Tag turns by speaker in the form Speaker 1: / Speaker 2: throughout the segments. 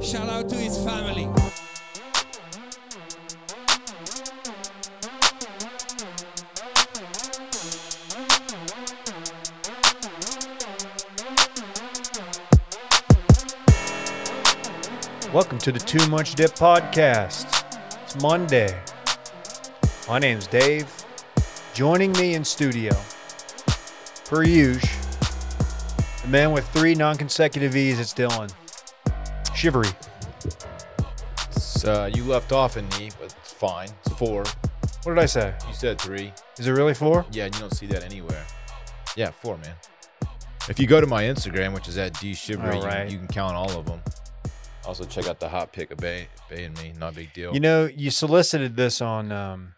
Speaker 1: Shout out to his family.
Speaker 2: Welcome to the Too Much Dip podcast. It's Monday. My name's Dave. Joining me in studio, per usual, the man with three non-consecutive E's. It's Dylan. Shivery.
Speaker 3: It's, uh, you left off an E, but it's fine. It's four.
Speaker 2: What did I say?
Speaker 3: You said three.
Speaker 2: Is it really four?
Speaker 3: Yeah, you don't see that anywhere. Yeah, four, man. If you go to my Instagram, which is at D Shivery,
Speaker 2: All right.
Speaker 3: you, you can count all of them. Also, check out the hot pick of Bay, Bay and me. Not a big deal.
Speaker 2: You know, you solicited this on. Um,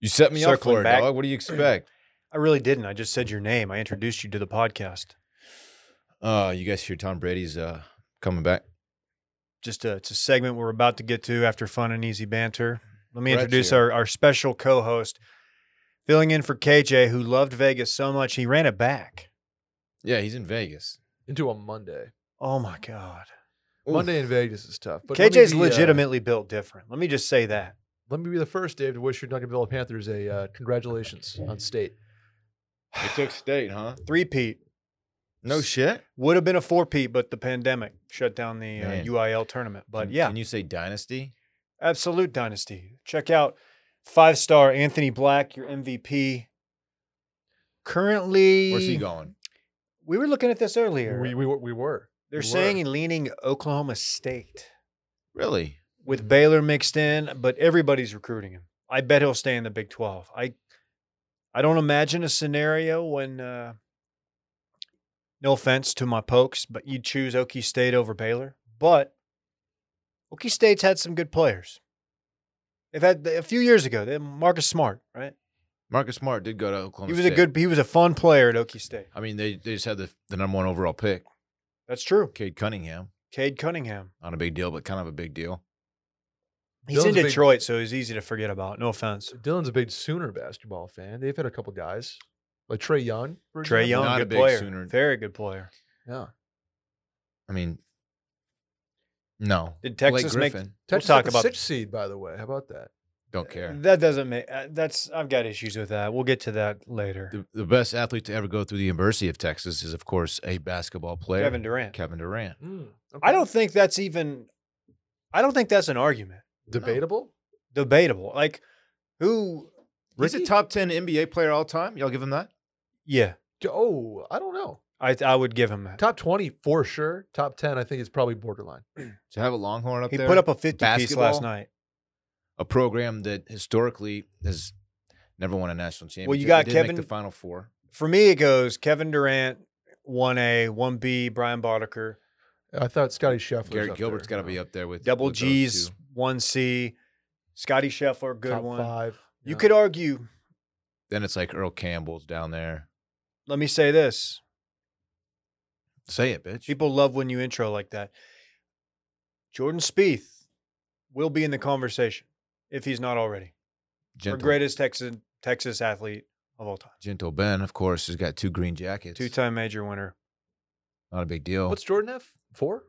Speaker 3: You set me up
Speaker 2: Circling
Speaker 3: for it,
Speaker 2: back.
Speaker 3: dog. What do you expect?
Speaker 2: I really didn't. I just said your name. I introduced you to the podcast
Speaker 3: Uh, you guys hear Tom Brady's uh, coming back?
Speaker 2: just a, it's a segment we're about to get to after fun and easy banter. Let me
Speaker 3: Brett's
Speaker 2: introduce
Speaker 3: here.
Speaker 2: our, our special co host, filling in for KJ, who loved Vegas so much, he ran it back.
Speaker 3: Yeah, he's in Vegas.
Speaker 4: into a Monday.
Speaker 2: Oh my God.
Speaker 3: Oof.
Speaker 4: Monday in Vegas is tough. But let me
Speaker 2: KJ's
Speaker 4: be, uh,
Speaker 2: legitimately built different. Let me just say that.
Speaker 4: let me be the first, Dave, to wish your Duncanville Panthers a uh, congratulations on state.
Speaker 3: It took state, huh?
Speaker 2: Three Pete
Speaker 3: No shit.
Speaker 2: would have been a four Pete, but the pandemic shut down the uh,
Speaker 3: Man.
Speaker 2: UIL tournament. But
Speaker 3: Can-
Speaker 2: yeah,
Speaker 3: Can you say dynasty?
Speaker 2: Absolute Dynasty. Check out five star Anthony Black, your MVP. Currently,
Speaker 3: Where's he going?
Speaker 2: we were looking at this earlier.
Speaker 4: We, we, were- we were.
Speaker 2: They're
Speaker 4: we
Speaker 2: saying
Speaker 4: were.
Speaker 2: and leaning Oklahoma State
Speaker 3: Really?
Speaker 2: with Baylor mixed in, but everybody's recruiting him. I bet he'll stay in the Big Twelve. I, I don't imagine a scenario when. Uh, no offense to my pokes, but you'd choose Okie State over Baylor. But Okie State's had some good players. They've had a few years ago. They had Marcus Smart, right?
Speaker 3: Marcus Smart did go to Oklahoma.
Speaker 2: He was a
Speaker 3: State.
Speaker 2: good. He was a fun player at Okie State.
Speaker 3: I mean, they, they just had the, the number one overall pick,
Speaker 2: That's true.
Speaker 3: Cade Cunningham.
Speaker 2: Cade Cunningham.
Speaker 3: Not a big deal, but kind of a big deal.
Speaker 2: He's
Speaker 4: Dylan's a
Speaker 2: in
Speaker 4: big-
Speaker 2: Detroit, so he's easy to forget about. No offense.
Speaker 4: Dylan's a big Sooner basketball fan. They've had a couple guys like Trey Young. for
Speaker 2: Trey Young,
Speaker 4: example.
Speaker 3: Not a
Speaker 2: good
Speaker 3: big
Speaker 2: player,
Speaker 3: Sooner.
Speaker 2: very good player.
Speaker 4: Yeah.
Speaker 3: I mean, no.
Speaker 2: Did
Speaker 3: Blake
Speaker 2: Texas make- Uh,
Speaker 3: Griffin,
Speaker 4: Texas
Speaker 2: talk
Speaker 4: got the
Speaker 2: about-
Speaker 4: sixth seed, by the way. How about that?
Speaker 3: Don't care.
Speaker 2: That doesn't make uh, that's. I've got issues with that. We'll get to that later.
Speaker 3: The, the best athlete to ever go through the University of Texas is, of course, a basketball player,
Speaker 2: Kevin Durant.
Speaker 3: Kevin Durant.
Speaker 4: Mm,
Speaker 2: I
Speaker 4: okay.
Speaker 2: don't think that's even. I don't think that's an argument.
Speaker 4: debatable.
Speaker 2: Debatable. Like who?
Speaker 3: He's
Speaker 4: Ricky?
Speaker 3: a top ten NBA player all time. Y'all give him that?
Speaker 2: Yeah,
Speaker 4: Oh, I don't know.
Speaker 2: I I would give him that.
Speaker 4: Top twenty for sure. Top ten, I think is probably borderline.
Speaker 3: To have a Longhorn up
Speaker 2: He
Speaker 3: there,
Speaker 2: put up a fifty piece
Speaker 3: basketball,
Speaker 2: last night.
Speaker 3: a program that historically has never won a national championship.
Speaker 2: Well, you got
Speaker 3: They did make
Speaker 2: Kevin-
Speaker 3: the Final Four.
Speaker 2: For me, it goes Kevin Durant, one A, one B, Brian Boddicker,
Speaker 4: I thought Scotty Scheffler.
Speaker 3: Garrett Gilbert's got to be up there with
Speaker 2: double
Speaker 3: with those
Speaker 2: G's,
Speaker 3: two.
Speaker 2: one C, Scotty Scheffler, good
Speaker 4: Top
Speaker 2: one.
Speaker 4: five.
Speaker 2: You
Speaker 4: Yeah.
Speaker 2: could argue.
Speaker 3: Then it's like Earl Campbell's down there.
Speaker 2: Let me say this:
Speaker 3: Say it, bitch.
Speaker 2: people love when you intro like that. Jordan Spieth will be in the conversation if he's not already. For
Speaker 3: Gentle,
Speaker 2: greatest Texas Texas athlete of all time,
Speaker 3: Gentle Ben, of course, has got two green jackets.
Speaker 2: two-time major winner.
Speaker 3: Not a big deal.
Speaker 4: What's Jordan have? Four,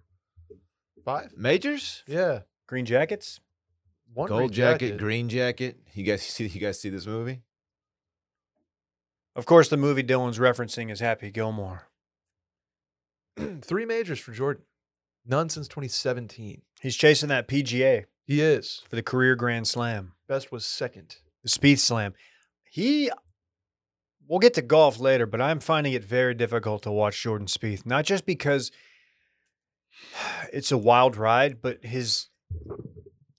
Speaker 4: five.
Speaker 3: majors?
Speaker 4: Yeah,
Speaker 2: Green Jackets.
Speaker 4: one
Speaker 3: Gold
Speaker 4: green
Speaker 3: jacket, green jacket. You guys see? You guys see this movie?
Speaker 2: Of course, the movie Dylan's referencing is Happy Gilmore.
Speaker 4: Three majors for Jordan. None since 2017.
Speaker 2: He's chasing that PGA
Speaker 4: He is
Speaker 2: for the career Grand Slam.
Speaker 4: best was second.
Speaker 2: the Speed Slam. He, we'll get to golf later, but I'm finding it very difficult to watch Jordan Spieth. Not just because it's a wild ride, but his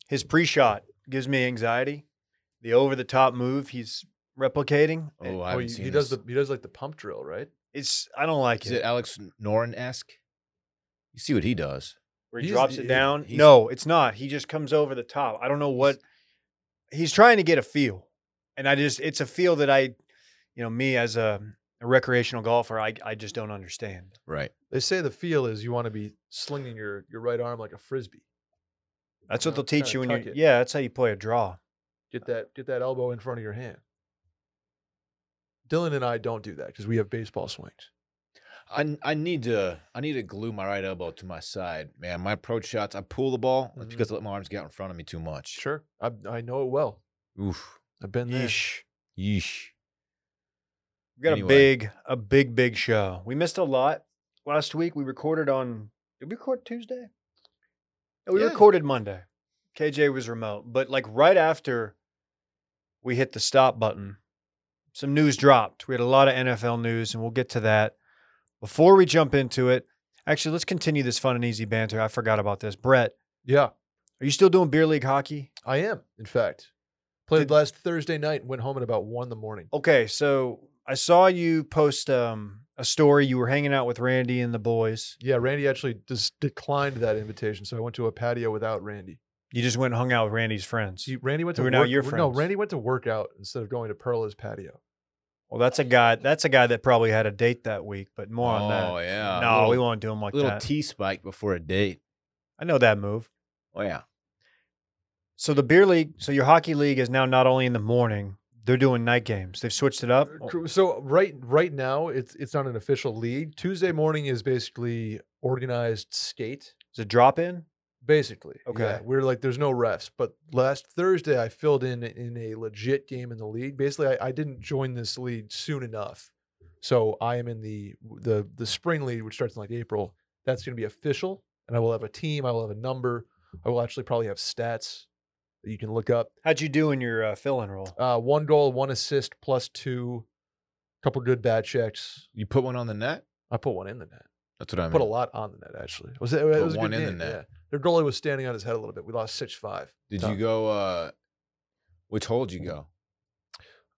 Speaker 2: his pre-shot gives me anxiety. The over-the-top move he's replicating, it-
Speaker 3: Oh, I
Speaker 4: Oh,
Speaker 3: haven't
Speaker 4: he,
Speaker 3: seen
Speaker 4: he does
Speaker 3: this.
Speaker 4: the he does like the pump drill, right?
Speaker 2: it's I don't like
Speaker 3: Is
Speaker 2: it.
Speaker 3: it Alex Noren esque? You see what he does?
Speaker 2: Where he
Speaker 4: he's-
Speaker 2: drops it
Speaker 4: he-
Speaker 2: down.
Speaker 3: he's-
Speaker 2: No, it's not. He just comes over the top. I don't know what he's trying to get a feel, and I just it's a feel that I, you know, me as a, a recreational golfer, I I just don't understand.
Speaker 3: Right.
Speaker 4: They say the feel is you want to be slinging your your right arm like a frisbee.
Speaker 2: That's
Speaker 4: You
Speaker 2: what
Speaker 4: know,
Speaker 2: they'll teach
Speaker 4: kinda
Speaker 2: you when you.
Speaker 4: tuck it.
Speaker 2: Yeah, that's how you play a draw.
Speaker 4: Get that get that elbow in front of your hand. Dylan and I don't do that because we have baseball swings.
Speaker 3: I, I need to I need to glue my right elbow to my side, man. My approach shots, I pull the ball it's
Speaker 4: Mhm.
Speaker 3: because I let my arms get out in front of me too much.
Speaker 4: Sure. I, I know it well.
Speaker 3: Oof.
Speaker 4: I've been there.
Speaker 2: Yeesh.
Speaker 3: Yeesh.
Speaker 2: We got
Speaker 3: Anyway.
Speaker 2: a big, a big, big show. We missed a lot last week. We recorded on. Did we record Tuesday? No, we
Speaker 3: Yeah.
Speaker 2: recorded Monday. KJ was remote, but like right after we hit the stop button, some news dropped. We had a lot of NFL news, and we'll get to that. Before we jump into it, actually, let's continue this fun and easy banter. I forgot about this. Brett,
Speaker 4: Yeah,
Speaker 2: are you still doing beer league hockey?
Speaker 4: I am. In fact, played
Speaker 2: Did-
Speaker 4: last Thursday night and went home at about one in the morning.
Speaker 2: Okay, so I saw you post um, a story. You were hanging out with Randy and the boys.
Speaker 4: Yeah, Randy actually just declined that invitation, so I went to a patio without Randy.
Speaker 2: You just went and hung out with Randy's friends.
Speaker 4: See, Randy went to
Speaker 2: Who are
Speaker 4: work.
Speaker 2: now your
Speaker 4: No,
Speaker 2: friends. Uh,
Speaker 4: Randy went to work out instead of going to Perla's patio.
Speaker 2: well, that's a guy. That's a guy that probably had a date that week, but more on that.
Speaker 3: oh yeah.
Speaker 2: no,
Speaker 3: little,
Speaker 2: we won't do him like
Speaker 3: little
Speaker 2: that.
Speaker 3: T spike before a date.
Speaker 2: I know that move.
Speaker 3: Oh yeah.
Speaker 2: So the beer league, so your hockey league is now not only in the morning; they're doing night games. They've switched it up.
Speaker 4: Uh,
Speaker 2: Oh,
Speaker 4: Cr- So right right now it's it's not an official league. Tuesday morning is basically organized skate.
Speaker 2: Is it drop in?
Speaker 4: Basically.
Speaker 2: Okay.
Speaker 4: yeah, we're like there's no refs. But last Thursday I filled in in a legit game in the league. Basically I, I didn't join this league soon enough. So I am in the the the spring league, which starts in like April. That's gonna be official. And I will have a team, I will have a number, I will actually probably have stats that you can look up.
Speaker 2: How'd you do in your uh, fill-in role?
Speaker 4: Uh one goal, one assist, plus two, couple good bad checks.
Speaker 3: You put one on the net?
Speaker 4: I put one in the net.
Speaker 3: That's what I mean.
Speaker 4: put a lot on the net actually. Was it, it was a
Speaker 3: one
Speaker 4: good
Speaker 3: in the
Speaker 4: game,
Speaker 3: net.
Speaker 4: Yeah. Their goalie was standing on his head a little bit. We lost six five.
Speaker 3: Did
Speaker 4: Tough.
Speaker 3: you go uh which hole'd
Speaker 2: Mm.
Speaker 3: you go?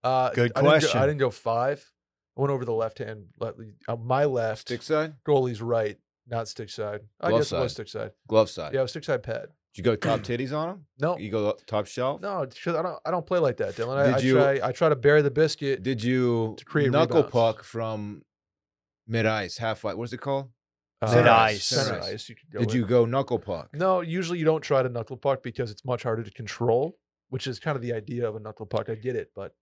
Speaker 4: Uh,
Speaker 2: Good
Speaker 4: I didn't go-
Speaker 2: question.
Speaker 4: I didn't go five. I went over the left hand, le- uh, my left.
Speaker 3: Stick side?
Speaker 4: Goalie's right, not stick side. I
Speaker 3: Glove
Speaker 4: guess it was
Speaker 3: side.
Speaker 4: stick side.
Speaker 3: Glove side.
Speaker 4: Yeah, it was stick side pad.
Speaker 3: Did you go top titties on him?
Speaker 4: No,
Speaker 3: You go up top shelf?
Speaker 4: no, it's 'cause I don't. I don't play like that, Dylan. I,
Speaker 3: Did
Speaker 4: I
Speaker 3: you-
Speaker 4: try. I try to bury the biscuit.
Speaker 3: Did you
Speaker 4: To create
Speaker 3: knuckle
Speaker 4: rebounds.
Speaker 3: puck from mid ice, half ice? What's it called?
Speaker 2: Center
Speaker 3: ice.
Speaker 4: uh, Center
Speaker 3: Center
Speaker 4: ice.
Speaker 3: ice.
Speaker 4: You could go
Speaker 3: Did
Speaker 4: with.
Speaker 3: you go knuckle puck?
Speaker 4: No, usually you don't try to knuckle puck because it's much harder to control, which is kind of the idea of a knuckle puck. I get it, but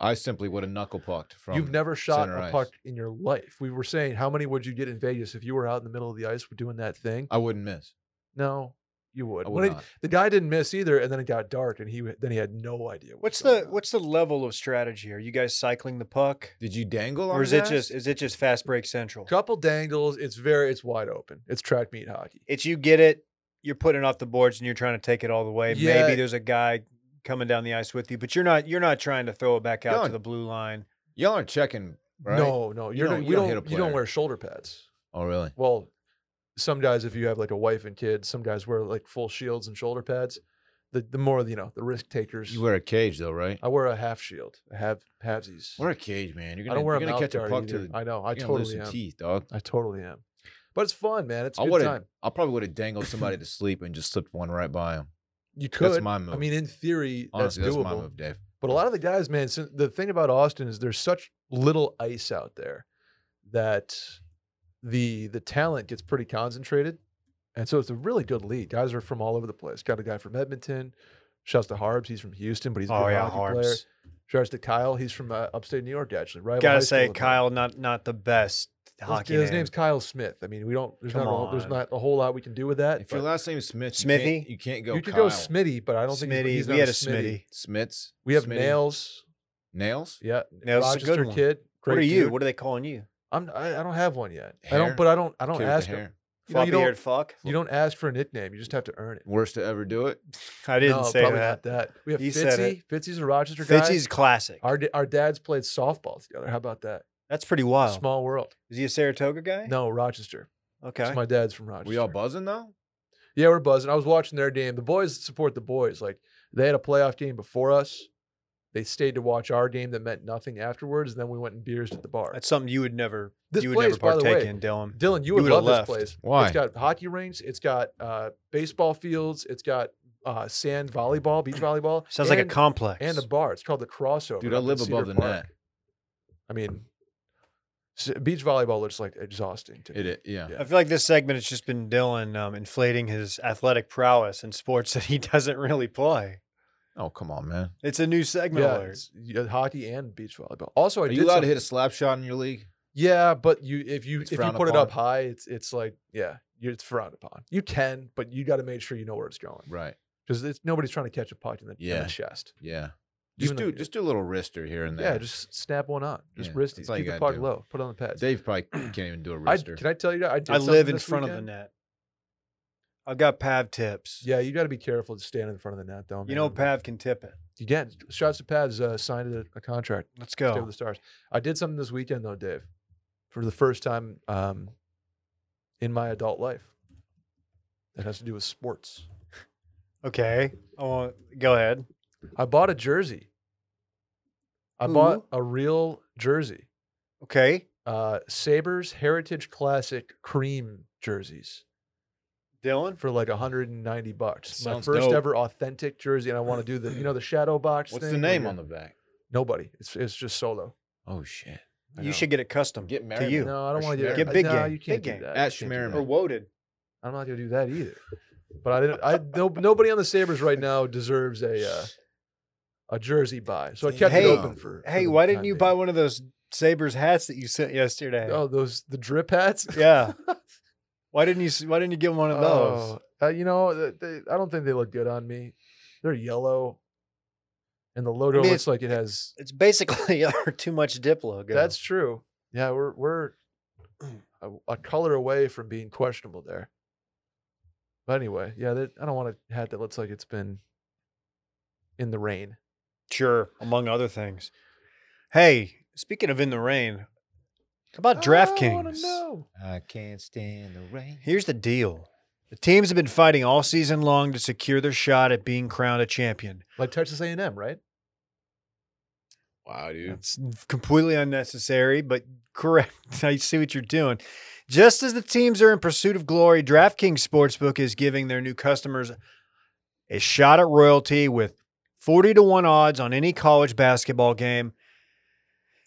Speaker 3: I simply would have knuckle pucked from.
Speaker 4: You've never shot
Speaker 3: center
Speaker 4: a
Speaker 3: ice.
Speaker 4: puck in your life. We were saying, how many would you get in Vegas if you were out in the middle of the ice doing that thing?
Speaker 3: I wouldn't miss.
Speaker 4: No, you would.
Speaker 3: I
Speaker 4: When
Speaker 3: would
Speaker 4: it-
Speaker 3: not.
Speaker 4: the guy didn't miss either, and then it got dark, and he w- then he had no idea.
Speaker 2: What's
Speaker 4: going
Speaker 2: the
Speaker 4: on.
Speaker 2: what's the level of strategy? Are you guys cycling the puck,
Speaker 3: Did you dangle on
Speaker 2: or is
Speaker 3: his
Speaker 2: it
Speaker 3: ass?
Speaker 2: just is it just fast break central?
Speaker 4: couple dangles? It's very, it's wide open. It's track meet hockey.
Speaker 2: It's you get it, you're putting it off the boards, and you're trying to take it all the way.
Speaker 4: Yeah.
Speaker 2: Maybe there's a guy coming down the ice with you, but you're not you're not trying to throw it back out
Speaker 3: Done.
Speaker 2: to the blue line.
Speaker 3: Y'all aren't checking, right?
Speaker 4: No, no, you're
Speaker 3: don't-
Speaker 4: not-
Speaker 3: you
Speaker 4: we
Speaker 3: don't hit a
Speaker 4: you don't
Speaker 3: player.
Speaker 4: wear shoulder pads.
Speaker 3: Oh, really?
Speaker 4: Well, some guys, if you have like a wife and kids, some guys wear like full shields and shoulder pads. The the more you know, the risk takers.
Speaker 3: You wear a cage though, right?
Speaker 4: I wear a half shield, a half halvesies.
Speaker 3: Wear a cage, man. You're gonna,
Speaker 4: I don't wear
Speaker 3: you're gonna
Speaker 4: a mouth
Speaker 3: catch a
Speaker 4: guard
Speaker 3: puck
Speaker 4: either.
Speaker 3: to the.
Speaker 4: I know. I
Speaker 3: you're gonna lose
Speaker 4: totally
Speaker 3: some
Speaker 4: am.
Speaker 3: teeth, dog.
Speaker 4: I totally am. But it's fun, man. It's a
Speaker 3: I
Speaker 4: good
Speaker 3: would've-
Speaker 4: time.
Speaker 3: I probably would have dangled somebody to sleep and just slipped one right by him.
Speaker 4: You could.
Speaker 3: That's my move.
Speaker 4: I mean, in theory,
Speaker 3: honestly,
Speaker 4: that's
Speaker 3: that's,
Speaker 4: doable.
Speaker 3: my move, Dave.
Speaker 4: But a lot of the guys, man, since the thing about Austin is there's such little ice out there that the the talent gets pretty concentrated. And so it's a really good league. Guys are from all over the place. Got a guy from Edmonton. Shouts to Harbs. He's from Houston, but he's a
Speaker 2: Oh,
Speaker 4: good hockey player.
Speaker 2: Harms.
Speaker 4: Shouts to Kyle. He's from uh, upstate New York, actually. Right.
Speaker 2: Gotta say, Kyle, not not the best hockey
Speaker 4: His, his
Speaker 2: name.
Speaker 4: name's Kyle Smith. I mean, we don't. There's
Speaker 2: Come
Speaker 4: not. A, whole- there's
Speaker 2: on.
Speaker 4: not a whole lot we can do with that.
Speaker 3: If your
Speaker 4: but-
Speaker 3: last name is Smith, you
Speaker 2: Smithy?
Speaker 3: can't, you can't go.
Speaker 4: you could
Speaker 3: Kyle.
Speaker 4: go Smitty, but I don't think he's-
Speaker 2: Smitty.
Speaker 4: he's
Speaker 2: we
Speaker 4: not
Speaker 2: had a Smitty.
Speaker 3: Smits.
Speaker 4: We have
Speaker 3: Smitty.
Speaker 4: nails.
Speaker 3: Nails.
Speaker 4: Yeah,
Speaker 2: Nails is a good
Speaker 4: Rochester
Speaker 2: one.
Speaker 4: kid. Great
Speaker 2: What are you?
Speaker 4: dude.
Speaker 2: What are they calling you?
Speaker 4: I'm. I, I don't have one yet. I
Speaker 3: Hair?
Speaker 4: don't. But I don't. I
Speaker 3: Kid
Speaker 4: don't
Speaker 3: with the
Speaker 4: ask.
Speaker 3: hair.
Speaker 4: Him. You, know,
Speaker 2: Floppy
Speaker 4: you don't.
Speaker 2: haired fuck.
Speaker 4: You don't ask for a nickname. You just have to earn it.
Speaker 3: Worst to ever do it.
Speaker 2: I didn't
Speaker 4: no,
Speaker 2: say
Speaker 4: probably
Speaker 2: that.
Speaker 4: not that. We have
Speaker 2: He said
Speaker 4: Fitzy. Fitzy's a Rochester guy.
Speaker 2: Fitzy's classic.
Speaker 4: our da- our dads played softball together. How about that?
Speaker 2: That's pretty wild.
Speaker 4: Small world.
Speaker 2: Is he a Saratoga guy?
Speaker 4: No, Rochester.
Speaker 2: Okay.
Speaker 4: So my dad's from Rochester.
Speaker 3: We all buzzing though.
Speaker 4: Yeah, we're buzzing. I was watching their game. The boys support the boys. Like they had a playoff game before us. They stayed to watch our game that meant nothing afterwards, and then we went and beers at the bar.
Speaker 2: That's something you would never
Speaker 4: This
Speaker 2: you would
Speaker 4: place,
Speaker 2: never
Speaker 4: by the
Speaker 2: partake
Speaker 4: way,
Speaker 2: in, Dylan.
Speaker 4: Dylan, you
Speaker 2: You
Speaker 4: would
Speaker 2: would've
Speaker 4: love
Speaker 2: left.
Speaker 4: this place.
Speaker 3: Why?
Speaker 4: It's got hockey rinks. It's got uh, baseball fields. It's got uh, sand volleyball, beach volleyball.
Speaker 2: Sounds like a
Speaker 4: and-
Speaker 2: complex.
Speaker 4: and a bar. It's called the crossover.
Speaker 3: Dude, I
Speaker 4: up in
Speaker 3: live
Speaker 4: Cedar
Speaker 3: above the
Speaker 4: Park.
Speaker 3: net.
Speaker 4: I mean, s- beach volleyball looks like exhausting to me.
Speaker 3: It, it yeah.
Speaker 4: Yeah.
Speaker 2: I feel like this segment has just been Dylan um, inflating his athletic prowess in sports that he doesn't really play.
Speaker 3: Oh come on, man.
Speaker 2: It's a new segment
Speaker 4: Yeah,
Speaker 2: alert.
Speaker 4: it's- yeah, hockey and beach volleyball. Also, I
Speaker 3: Are
Speaker 4: did
Speaker 3: you allowed
Speaker 4: some-
Speaker 3: to hit a slap shot in your league?
Speaker 4: Yeah, but you if you
Speaker 3: It's
Speaker 4: if you
Speaker 3: frowned
Speaker 4: put it up
Speaker 3: upon.
Speaker 4: high, it's it's like yeah, you, it's frowned upon. You can, but you got to make sure you know where it's going
Speaker 3: Right.
Speaker 4: because it's nobody's trying to catch a puck in the, in the
Speaker 3: Yeah.
Speaker 4: chest.
Speaker 3: Yeah. Just
Speaker 4: Even though
Speaker 3: do
Speaker 4: you-
Speaker 3: just do a little wrister here and there.
Speaker 4: Yeah, just snap one on. Just
Speaker 3: Yeah,
Speaker 4: wrist
Speaker 3: that's
Speaker 4: it.
Speaker 3: all you
Speaker 4: Keep the
Speaker 3: gotta
Speaker 4: puck
Speaker 3: do.
Speaker 4: low. Put it on the pads.
Speaker 3: Dave probably can't even do a
Speaker 4: I,
Speaker 3: wrister.
Speaker 4: can I tell you? I, did
Speaker 2: I live
Speaker 4: something
Speaker 2: in
Speaker 4: this
Speaker 2: front of
Speaker 4: weekend.
Speaker 2: the net. I've got Pav tips.
Speaker 4: Yeah, you got to be careful to stand in front of the net, though.
Speaker 2: you know
Speaker 4: man.
Speaker 2: Pav can tip it.
Speaker 4: Again, shots to Pavs uh, signed a, a contract.
Speaker 2: Let's
Speaker 4: Stay
Speaker 2: go.
Speaker 4: with the stars. I did something this weekend though, Dave, for the first time um, in my adult life. That has to do with sports.
Speaker 2: Okay. Oh, go ahead.
Speaker 4: I bought a jersey. I bought a real jersey.
Speaker 2: Okay.
Speaker 4: Uh, Sabres Heritage Classic cream jerseys
Speaker 2: Dylan.
Speaker 4: for like 190 bucks. My
Speaker 3: Sounds
Speaker 4: first
Speaker 3: dope.
Speaker 4: ever authentic jersey, and I want to do the you know the shadow box.
Speaker 3: What's
Speaker 4: thing
Speaker 3: the
Speaker 4: where
Speaker 3: name
Speaker 4: you're-
Speaker 3: on the back?
Speaker 4: Nobody. It's it's just solo.
Speaker 3: Oh shit.
Speaker 4: I
Speaker 2: You
Speaker 4: know.
Speaker 2: should get it custom
Speaker 3: Get
Speaker 2: to
Speaker 3: married.
Speaker 2: you.
Speaker 4: No, I don't
Speaker 3: Or
Speaker 4: want to do
Speaker 3: Schmearman.
Speaker 2: Get big
Speaker 4: no,
Speaker 2: game.
Speaker 4: You
Speaker 2: Big
Speaker 4: can't do
Speaker 2: game.
Speaker 4: that.
Speaker 3: At
Speaker 4: You can't do
Speaker 3: Schmearman.
Speaker 4: that.
Speaker 2: Or woaded.
Speaker 4: I'm not gonna do that either. But I didn't. I no, nobody on the Sabers right now deserves a uh, a jersey buy. So I kept
Speaker 2: Hey,
Speaker 4: it open for. for
Speaker 2: Hey,
Speaker 4: the
Speaker 2: why didn't
Speaker 4: time
Speaker 2: you
Speaker 4: being.
Speaker 2: buy one of those Sabres hats that you sent yesterday?
Speaker 4: Oh, those the drip hats.
Speaker 2: Yeah. why didn't you s- why didn't you get one of those?
Speaker 4: Oh, uh, you know, th- they, I don't think they look good on me. They're yellow, and the logo
Speaker 2: mean,
Speaker 4: looks like it has.
Speaker 2: It's basically our too much dip logo.
Speaker 4: That's true. Yeah, we're we're a, a color away from being questionable there. But anyway, yeah, that, I don't want a hat that looks like it's been in the rain.
Speaker 2: sure, among other things. Hey, speaking of in the rain, how about
Speaker 4: I wanna
Speaker 2: DraftKings?
Speaker 4: know.
Speaker 3: I can't stand the rain.
Speaker 2: Here's the deal. The teams have been fighting all season long to secure their shot at being crowned a champion.
Speaker 4: Like Texas A&M, right?
Speaker 3: Wow, dude.
Speaker 2: It's completely unnecessary, but correct. I see what you're doing. Just as the teams are in pursuit of glory, DraftKings Sportsbook is giving their new customers a shot at royalty with 40 to 1 odds on any college basketball game.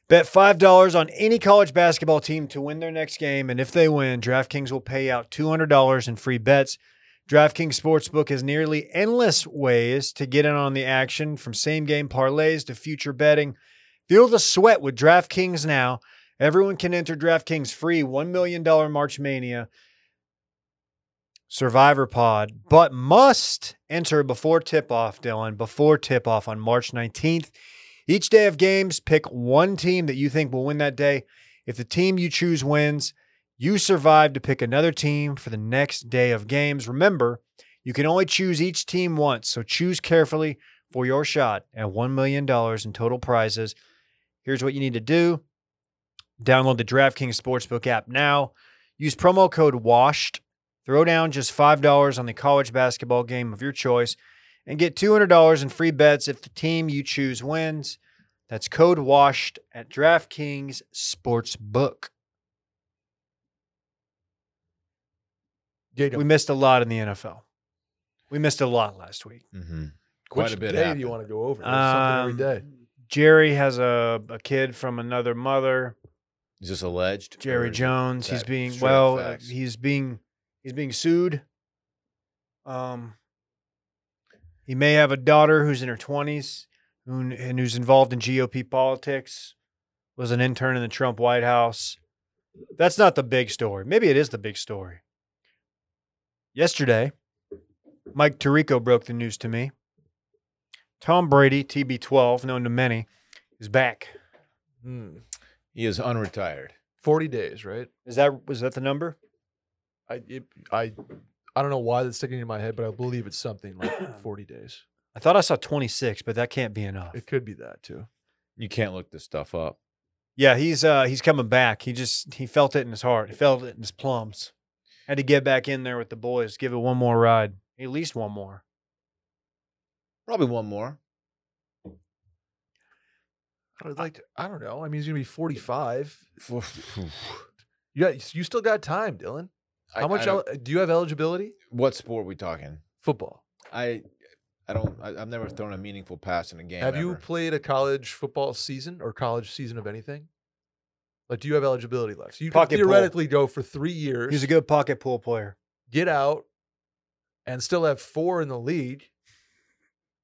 Speaker 2: Bet $5 on any college basketball team to win their next game, and if they win, DraftKings will pay out $200 in free bets. DraftKings Sportsbook has nearly endless ways to get in on the action from same game parlays to future betting. Feel the sweat with DraftKings now. Everyone can enter DraftKings free $1 million March Mania Survivor Pod, but must enter before tip off, Dylan, before tip off on March 19th. Each day of games, pick one team that you think will win that day. If the team you choose wins, you survive to pick another team for the next day of games. Remember, you can only choose each team once, so choose carefully for your shot at $1 million in total prizes. Here's what you need to do download the DraftKings Sportsbook app now, use promo code WASHED, throw down just $5 on the college basketball game of your choice, and get $200 in free bets if the team you choose wins. That's code WASHED at DraftKings Sportsbook.
Speaker 4: Gato.
Speaker 2: We missed a lot in the NFL. We missed a lot last week.
Speaker 3: Mm-hmm. Quite
Speaker 4: Which
Speaker 3: a bit.
Speaker 4: day do
Speaker 3: happened.
Speaker 4: you want to go over? There's something every day.
Speaker 2: Um, Jerry has a, a kid from another mother.
Speaker 3: Is this alleged? or
Speaker 2: Jerry
Speaker 3: is it-
Speaker 2: Jones. He's
Speaker 3: fact-
Speaker 2: being
Speaker 3: straight up
Speaker 2: well. uh,
Speaker 3: facts?
Speaker 2: He's being he's being sued. Um, he may have a daughter who's in her twenties, who and who's involved in GOP politics. Was an intern in the Trump White House. That's not the big story. Maybe it is the big story. Yesterday, Mike Tirico broke the news to me. Tom Brady, TB12, known to many, is back.
Speaker 4: Hmm.
Speaker 3: He is unretired.
Speaker 4: 40 days, right?
Speaker 2: Is that was that the number?
Speaker 4: I, it, I, I don't know why that's sticking in my head, but I believe it's something like 40 days.
Speaker 2: I thought I saw 26, but that can't be enough.
Speaker 4: It could be that too.
Speaker 3: You can't look this stuff up.
Speaker 2: Yeah, he's uh he's coming back. He just he felt it in his heart. He felt it in his plums. Had to get back in there with the boys, give it one more ride. At least one more.
Speaker 3: Probably one more.
Speaker 4: I'd like to, I don't know. I mean, he's gonna be 45.
Speaker 3: For-
Speaker 4: You got, you still got time, Dylan.
Speaker 3: I-
Speaker 4: How
Speaker 3: I
Speaker 4: much
Speaker 3: don't-
Speaker 4: el- do you have eligibility?
Speaker 3: what sport we talking?
Speaker 4: Football.
Speaker 3: I I don't I, I've never thrown a meaningful pass in a game.
Speaker 4: have you
Speaker 3: ever.
Speaker 4: played a college football season or college season of anything? Like, do you have eligibility left? So you could
Speaker 2: Pocket pool.
Speaker 4: theoretically go for three years.
Speaker 2: He's a good pocket pool player.
Speaker 4: get out and still have four in the league.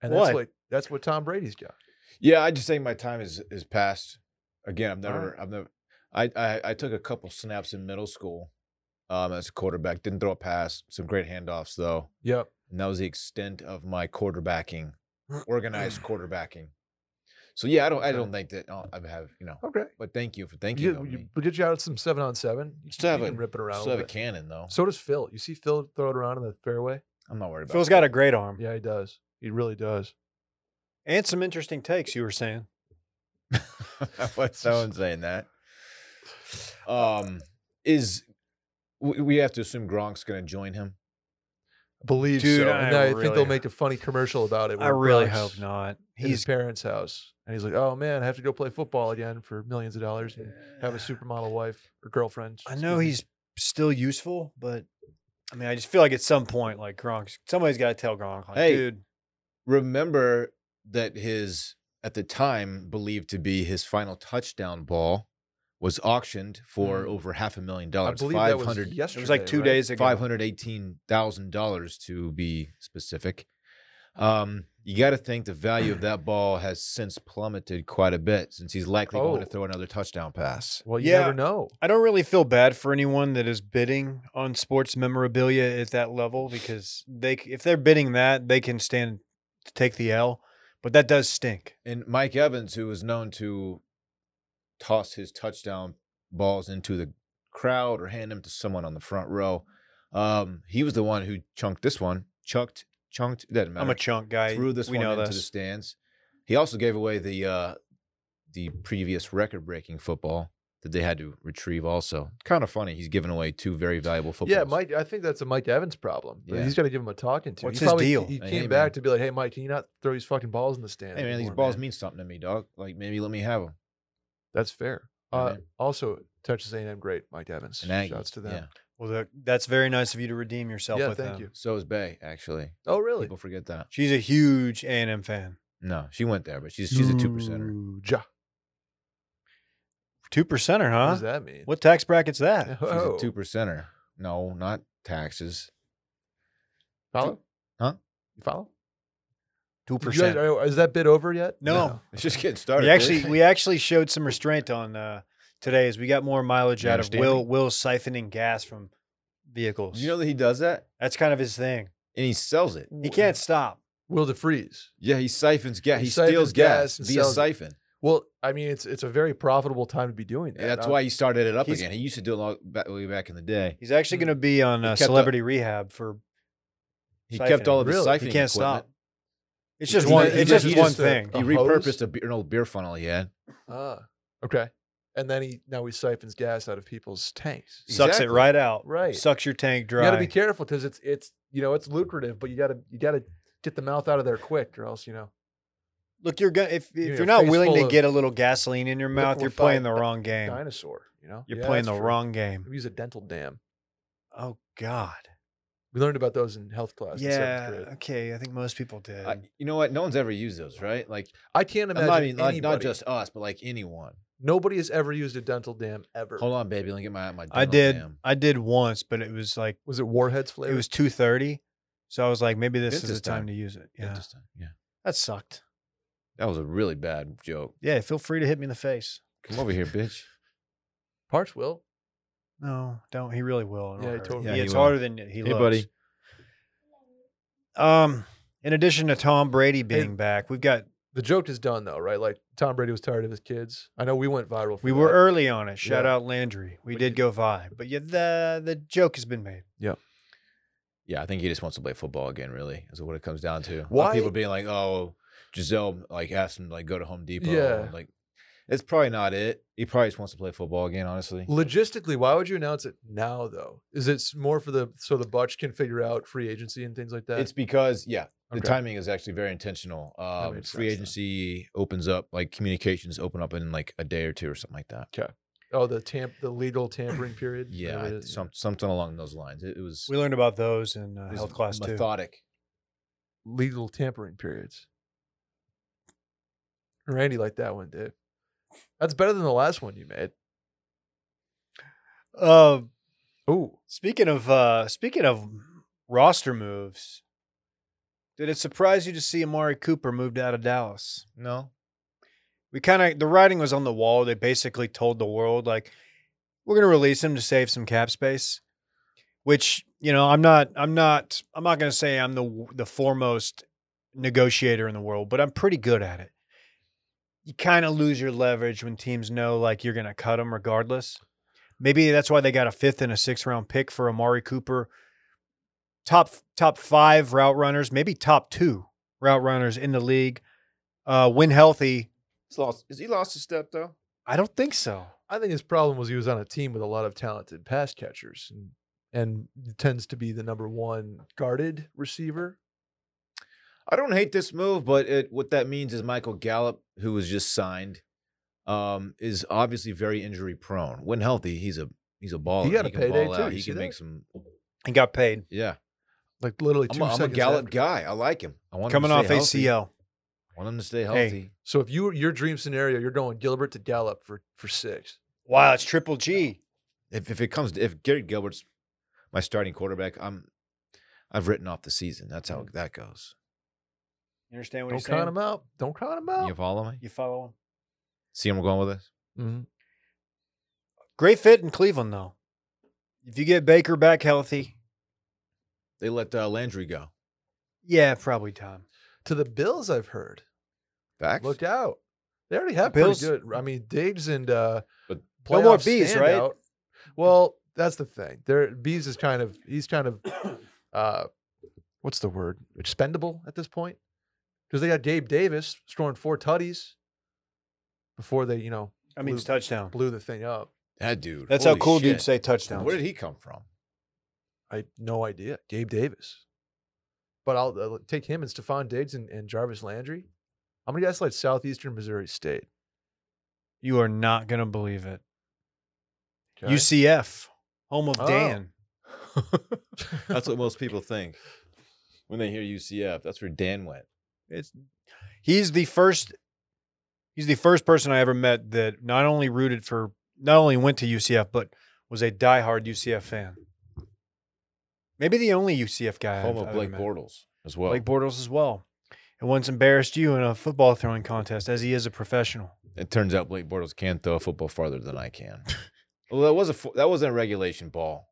Speaker 4: And
Speaker 2: What?
Speaker 4: that's like that's what Tom Brady's got.
Speaker 3: Yeah, I just think my time is is past. Again, I've
Speaker 4: All
Speaker 3: never I've never I, I I took a couple snaps in middle school um, as a quarterback. Didn't throw a pass. Some great handoffs though,
Speaker 4: Yep.
Speaker 3: and that was the extent of my quarterbacking, organized quarterbacking. So yeah, I don't I
Speaker 4: Okay.
Speaker 3: don't think that oh, I have you know.
Speaker 4: Okay.
Speaker 3: But thank you for thanking
Speaker 4: You,
Speaker 3: you,
Speaker 4: you,
Speaker 3: me.
Speaker 4: but get you out some seven on seven. You,
Speaker 3: Still
Speaker 4: you
Speaker 3: have a-
Speaker 4: can rip it around. a
Speaker 3: Still have a
Speaker 4: bit.
Speaker 3: cannon though.
Speaker 4: So does Phil. You see Phil throw it around in the fairway?
Speaker 3: I'm not worried about.
Speaker 2: Phil's
Speaker 3: that.
Speaker 2: got a great arm
Speaker 4: Yeah, he does. He really does.
Speaker 2: and some interesting takes. You were saying
Speaker 3: what someone saying that. Um, is we, we have to assume Gronk's going to join him?
Speaker 4: Believe
Speaker 2: Dude,
Speaker 4: so.
Speaker 2: I
Speaker 4: And I, think they'll
Speaker 2: really-
Speaker 4: make a funny commercial about it.
Speaker 2: I
Speaker 4: where
Speaker 2: really
Speaker 4: Gronk's
Speaker 2: hope not.
Speaker 4: At his
Speaker 2: He's
Speaker 4: parents' house, and he's like, "Oh man, I have to go play football again for millions of dollars and have a supermodel wife or girlfriend."
Speaker 2: I
Speaker 4: excuse
Speaker 2: know
Speaker 4: me."
Speaker 2: he's still useful, but I mean, I just feel like at some point, like Gronk, somebody's got to tell Gronk, like,
Speaker 3: Hey.
Speaker 2: dude,
Speaker 3: Remember that his at the time believed to be his final touchdown ball was auctioned for
Speaker 4: Mm.
Speaker 3: over half a million
Speaker 4: I
Speaker 3: dollars.
Speaker 4: believe that was
Speaker 3: 500
Speaker 2: it
Speaker 4: yesterday.
Speaker 2: was like two
Speaker 4: right?
Speaker 2: days ago.
Speaker 3: five hundred eighteen thousand dollars to be specific. Um, you got to think the value of that ball has since plummeted quite a bit since he's likely going to
Speaker 4: Oh.
Speaker 3: throw another touchdown pass.
Speaker 4: Well, you
Speaker 2: Yeah.
Speaker 4: never know.
Speaker 2: I don't really feel bad for anyone that is bidding on sports memorabilia at that level because they, c- if they're bidding that, they can stand to take the L, but that does stink.
Speaker 3: And Mike Evans, who was known to toss his touchdown balls into the crowd or hand them to someone on the front row, um, he was the one who chunked this one, chunked, chunked. Doesn't matter.
Speaker 2: I'm a chunk guy.
Speaker 3: threw this
Speaker 2: we
Speaker 3: one
Speaker 2: know
Speaker 3: into
Speaker 2: this.
Speaker 3: the stands. He also gave away the uh, the previous record breaking football that they had to retrieve. Also, kind of funny. He's giving away two very valuable footballs.
Speaker 4: Yeah, Mike. I think that's a Mike Evans problem. but
Speaker 3: Yeah.
Speaker 4: He's got to give him a talking to.
Speaker 2: What's
Speaker 4: he
Speaker 2: his
Speaker 4: probably,
Speaker 2: deal?
Speaker 4: He
Speaker 3: Hey,
Speaker 4: came
Speaker 3: hey, man.
Speaker 4: back to be like, "Hey, Mike, can you not throw these fucking balls in the stand?"
Speaker 3: Hey man, these
Speaker 4: anymore,
Speaker 3: balls mean something to me, dog. Like maybe let me have them.
Speaker 4: That's fair.
Speaker 3: Yeah,
Speaker 4: Uh,
Speaker 3: man.
Speaker 4: also, Texas A&M great Mike Evans. Shouts to them.
Speaker 2: Well, that, that's very nice of you to redeem yourself
Speaker 4: Yeah,
Speaker 2: with
Speaker 4: thank
Speaker 2: them.
Speaker 4: you.
Speaker 3: So is Bay actually.
Speaker 4: Oh, really?
Speaker 3: People forget that.
Speaker 2: She's a huge A&M fan.
Speaker 3: No, she went there, but she's she's a two percenter.
Speaker 4: Huge.
Speaker 2: Two percenter,
Speaker 4: What
Speaker 2: huh?
Speaker 4: does that mean?
Speaker 2: What tax bracket's that?
Speaker 3: She's
Speaker 4: Oh.
Speaker 3: a two percenter. No, not taxes.
Speaker 4: Follow?
Speaker 3: Huh?
Speaker 4: You follow?
Speaker 2: Two
Speaker 4: Did you guys- are- is that bid over yet?
Speaker 2: No.
Speaker 3: It's just getting started.
Speaker 2: We
Speaker 3: dude.
Speaker 2: actually we actually showed some restraint on uh, today as we got more mileage
Speaker 3: You
Speaker 2: out of Will
Speaker 3: understanding?
Speaker 2: Will siphoning gas from
Speaker 3: Do
Speaker 2: vehicles.
Speaker 3: you know that he does that
Speaker 2: that's kind of his thing.
Speaker 3: and he sells it.
Speaker 2: He can't stop.
Speaker 4: Will DeFreeze.
Speaker 3: Yeah, he siphons gas.
Speaker 4: He
Speaker 3: He,
Speaker 4: siphons
Speaker 3: steals
Speaker 4: gas
Speaker 3: gas,
Speaker 4: and
Speaker 3: via
Speaker 4: sells it.
Speaker 3: siphon.
Speaker 4: Well, I mean, it's it's a very profitable time to be doing that.
Speaker 3: That's
Speaker 4: Uh,
Speaker 3: why he started it up
Speaker 2: he's-
Speaker 3: again. He used to do it long, back, way back in the day.
Speaker 2: He's actually going to be on
Speaker 3: He
Speaker 2: uh,
Speaker 3: kept up.
Speaker 2: Celebrity Rehab for
Speaker 3: He kept all of his
Speaker 4: Really?
Speaker 3: siphoning
Speaker 2: he can't
Speaker 3: equipment.
Speaker 2: stop. It's
Speaker 4: He
Speaker 2: just
Speaker 4: just-
Speaker 2: one.
Speaker 4: he
Speaker 2: It's
Speaker 4: just-
Speaker 2: just
Speaker 4: he
Speaker 2: one
Speaker 4: just, uh,
Speaker 2: thing.
Speaker 4: a
Speaker 3: He
Speaker 4: hose?
Speaker 3: repurposed a beer, an old beer funnel he had.
Speaker 4: Ah, okay. And then he now he siphons gas out of people's tanks.
Speaker 2: Sucks it
Speaker 3: Exactly.
Speaker 2: right out.
Speaker 4: Right.
Speaker 2: Sucks your tank
Speaker 4: You
Speaker 2: dry.
Speaker 4: got to be careful because it's it's you know it's lucrative, but you got to you got to get the mouth out of there quick, or else you know.
Speaker 2: Look, you're gonna if,
Speaker 4: need
Speaker 2: if
Speaker 4: a
Speaker 2: you're not
Speaker 4: face
Speaker 2: willing
Speaker 4: full
Speaker 2: to
Speaker 4: of
Speaker 2: get a little gasoline in your mouth, you're playing
Speaker 4: liquefied
Speaker 2: the wrong game.
Speaker 4: Dinosaur, you know.
Speaker 2: You're
Speaker 4: Yeah,
Speaker 2: playing the
Speaker 4: that's true.
Speaker 2: wrong game.
Speaker 4: We use a dental dam.
Speaker 2: Oh God.
Speaker 4: We learned about those in health class. in seventh
Speaker 2: Yeah.
Speaker 4: grade.
Speaker 2: Okay. I think most people did.
Speaker 3: I, you know what? No one's ever used those, right? Like,
Speaker 4: I can't
Speaker 3: I'm
Speaker 4: imagine
Speaker 3: not, even, not,
Speaker 4: anybody.
Speaker 3: not just us, but like anyone.
Speaker 4: nobody has ever used a dental dam ever.
Speaker 3: Hold on, baby. Let me get my my.
Speaker 2: I
Speaker 3: dental
Speaker 2: did.
Speaker 3: dam.
Speaker 2: I did once, but it was like
Speaker 4: Was it Warheads flavor?
Speaker 2: it was two thirty, so I was like, maybe this is the
Speaker 3: Dentist
Speaker 2: time
Speaker 3: time.
Speaker 2: to use it.
Speaker 3: Yeah.
Speaker 2: Yeah,
Speaker 3: this time. yeah.
Speaker 2: that sucked.
Speaker 3: That was a really bad joke.
Speaker 2: Yeah, feel free to hit me in the face.
Speaker 3: Come over here, bitch.
Speaker 4: Parts will.
Speaker 2: No, don't. He really will. it'll
Speaker 4: Yeah, he
Speaker 2: hurt.
Speaker 4: totally
Speaker 2: Yeah,
Speaker 3: will.
Speaker 2: it's
Speaker 3: He will.
Speaker 2: harder than he
Speaker 3: Hey,
Speaker 2: looks.
Speaker 3: buddy.
Speaker 2: Um, in addition to Tom Brady being
Speaker 4: And-
Speaker 2: back, we've got
Speaker 4: The joke is done though, right? Like Tom Brady was tired of his kids. I know we went viral. For
Speaker 2: we were
Speaker 4: that.
Speaker 2: early on it. Shout
Speaker 4: Yeah.
Speaker 2: out Landry. We
Speaker 4: But
Speaker 2: did
Speaker 4: you-
Speaker 2: go vi, but yeah, the the joke has been made.
Speaker 3: Yeah, I think he just wants to play football again. Really, is what it comes down to. A lot of
Speaker 4: Why-
Speaker 3: people being like, "Oh, Giselle like asked him to like go to Home Depot."
Speaker 4: Yeah.
Speaker 3: Like, it's probably not it. He probably just wants to play football again. Honestly,
Speaker 4: Logistically, why would you announce it now though? Is it s- more for the so the Butch can figure out free agency and things like that?
Speaker 3: it's because yeah, the
Speaker 4: Okay.
Speaker 3: timing is actually very intentional. Um,
Speaker 4: makes
Speaker 3: free
Speaker 4: sense then.
Speaker 3: agency opens up, like communications open up in like a day or two or something like that.
Speaker 4: oh the tamp the legal tampering period.
Speaker 3: Yeah,
Speaker 4: whatever it
Speaker 3: I-
Speaker 4: is.
Speaker 3: some, something along those lines. It, it was,
Speaker 2: We learned about those in uh,
Speaker 3: it was
Speaker 2: health class too.
Speaker 3: methodic.
Speaker 4: legal tampering periods. Randy liked that one, dude. That's better than the last one you made.
Speaker 2: Uh,
Speaker 4: Ooh,
Speaker 2: Speaking of uh speaking of roster moves, did it surprise you to see Amari Cooper moved out of Dallas?
Speaker 3: No,
Speaker 2: we kind of the writing was on the wall. They basically told the world like we're going to release him to save some cap space, which you know I'm not I'm not I'm not going to say I'm the w- the foremost negotiator in the world, but I'm pretty good at it. You kind of lose your leverage when teams know like you're going to cut them regardless. Maybe that's why they got a fifth and a sixth round pick for Amari Cooper, top top five route runners, maybe top two route runners in the league. Uh, when healthy,
Speaker 3: He's lost. Is he lost his step though?
Speaker 2: I don't think so.
Speaker 4: I think his problem was he was on a team with a lot of talented pass catchers and, and tends to be the number one guarded receiver.
Speaker 3: I don't hate this move, but it, what that means is Michael Gallup, who was just signed, um, is obviously very injury prone. When healthy, he's a he's a baller.
Speaker 4: got a
Speaker 3: can
Speaker 4: payday
Speaker 3: ball
Speaker 4: too,
Speaker 3: out.
Speaker 4: you
Speaker 3: He
Speaker 4: see
Speaker 3: can
Speaker 4: that?
Speaker 3: make some.
Speaker 2: And got paid.
Speaker 3: Yeah,
Speaker 4: Like literally 2
Speaker 3: I'm a, I'm a
Speaker 4: seconds.
Speaker 3: Gallup
Speaker 4: after.
Speaker 3: guy. I like him. I want
Speaker 2: Coming
Speaker 3: him to
Speaker 2: off
Speaker 3: stay
Speaker 2: ACL.
Speaker 3: healthy. I want him to stay
Speaker 2: Hey.
Speaker 3: healthy.
Speaker 4: So if you your dream scenario, you're going Gilbert to Gallup for for six.
Speaker 2: Wow, it's triple G.
Speaker 3: If if it comes to, if Gary Gilbert's my starting quarterback, I'm I've written off the season. That's how
Speaker 2: Mm-hmm.
Speaker 3: that goes.
Speaker 2: You understand what
Speaker 4: Don't
Speaker 2: he's saying?
Speaker 4: count him out. Don't count him out.
Speaker 3: You follow me?
Speaker 2: You follow him?
Speaker 3: See where I'm going with this?
Speaker 4: Mhm.
Speaker 2: Great fit in Cleveland, though. If you get Baker back healthy,
Speaker 3: They let uh, Landry go.
Speaker 2: yeah, probably Tom.
Speaker 4: To the Bills, I've heard.
Speaker 3: Back.
Speaker 4: Look out. They already have
Speaker 2: Bills-
Speaker 4: pretty good. I mean, Diggs and uh
Speaker 3: But
Speaker 2: no more
Speaker 4: playoff
Speaker 2: Bees, right?
Speaker 4: standout. Well, that's the thing. There Bees is kind of he's kind of uh what's the word? Expendable at this point. Because they got Gabe Davis scoring four tutties before they, you know,
Speaker 2: I mean, it's touchdown.
Speaker 4: blew the thing up.
Speaker 3: That dude.
Speaker 2: That's
Speaker 3: holy
Speaker 2: how cool
Speaker 3: shit.
Speaker 2: dudes say touchdown.
Speaker 3: Where did he come from?
Speaker 4: I no idea. Gabe Davis. But I'll, uh take him and Stephon Diggs and, and Jarvis Landry. I'm gonna guess like Southeastern Missouri State.
Speaker 2: You are not going to believe it.
Speaker 4: okay?
Speaker 2: UCF, home of
Speaker 4: Oh.
Speaker 2: Dan.
Speaker 3: that's what most people think when they hear UCF. That's where Dan went.
Speaker 2: It's he's the first he's the first person I ever met that not only rooted for not only went to UCF but was a diehard UCF fan. Maybe the only UCF guy.
Speaker 3: Home
Speaker 2: I've-
Speaker 3: of
Speaker 2: I've
Speaker 3: Blake
Speaker 2: met.
Speaker 3: Bortles as well.
Speaker 2: Blake Bortles as well, and once embarrassed you in a football throwing contest as he is a professional.
Speaker 3: it turns out Blake Bortles can throw a football farther than I can. well, that was a fo- that wasn't a regulation ball.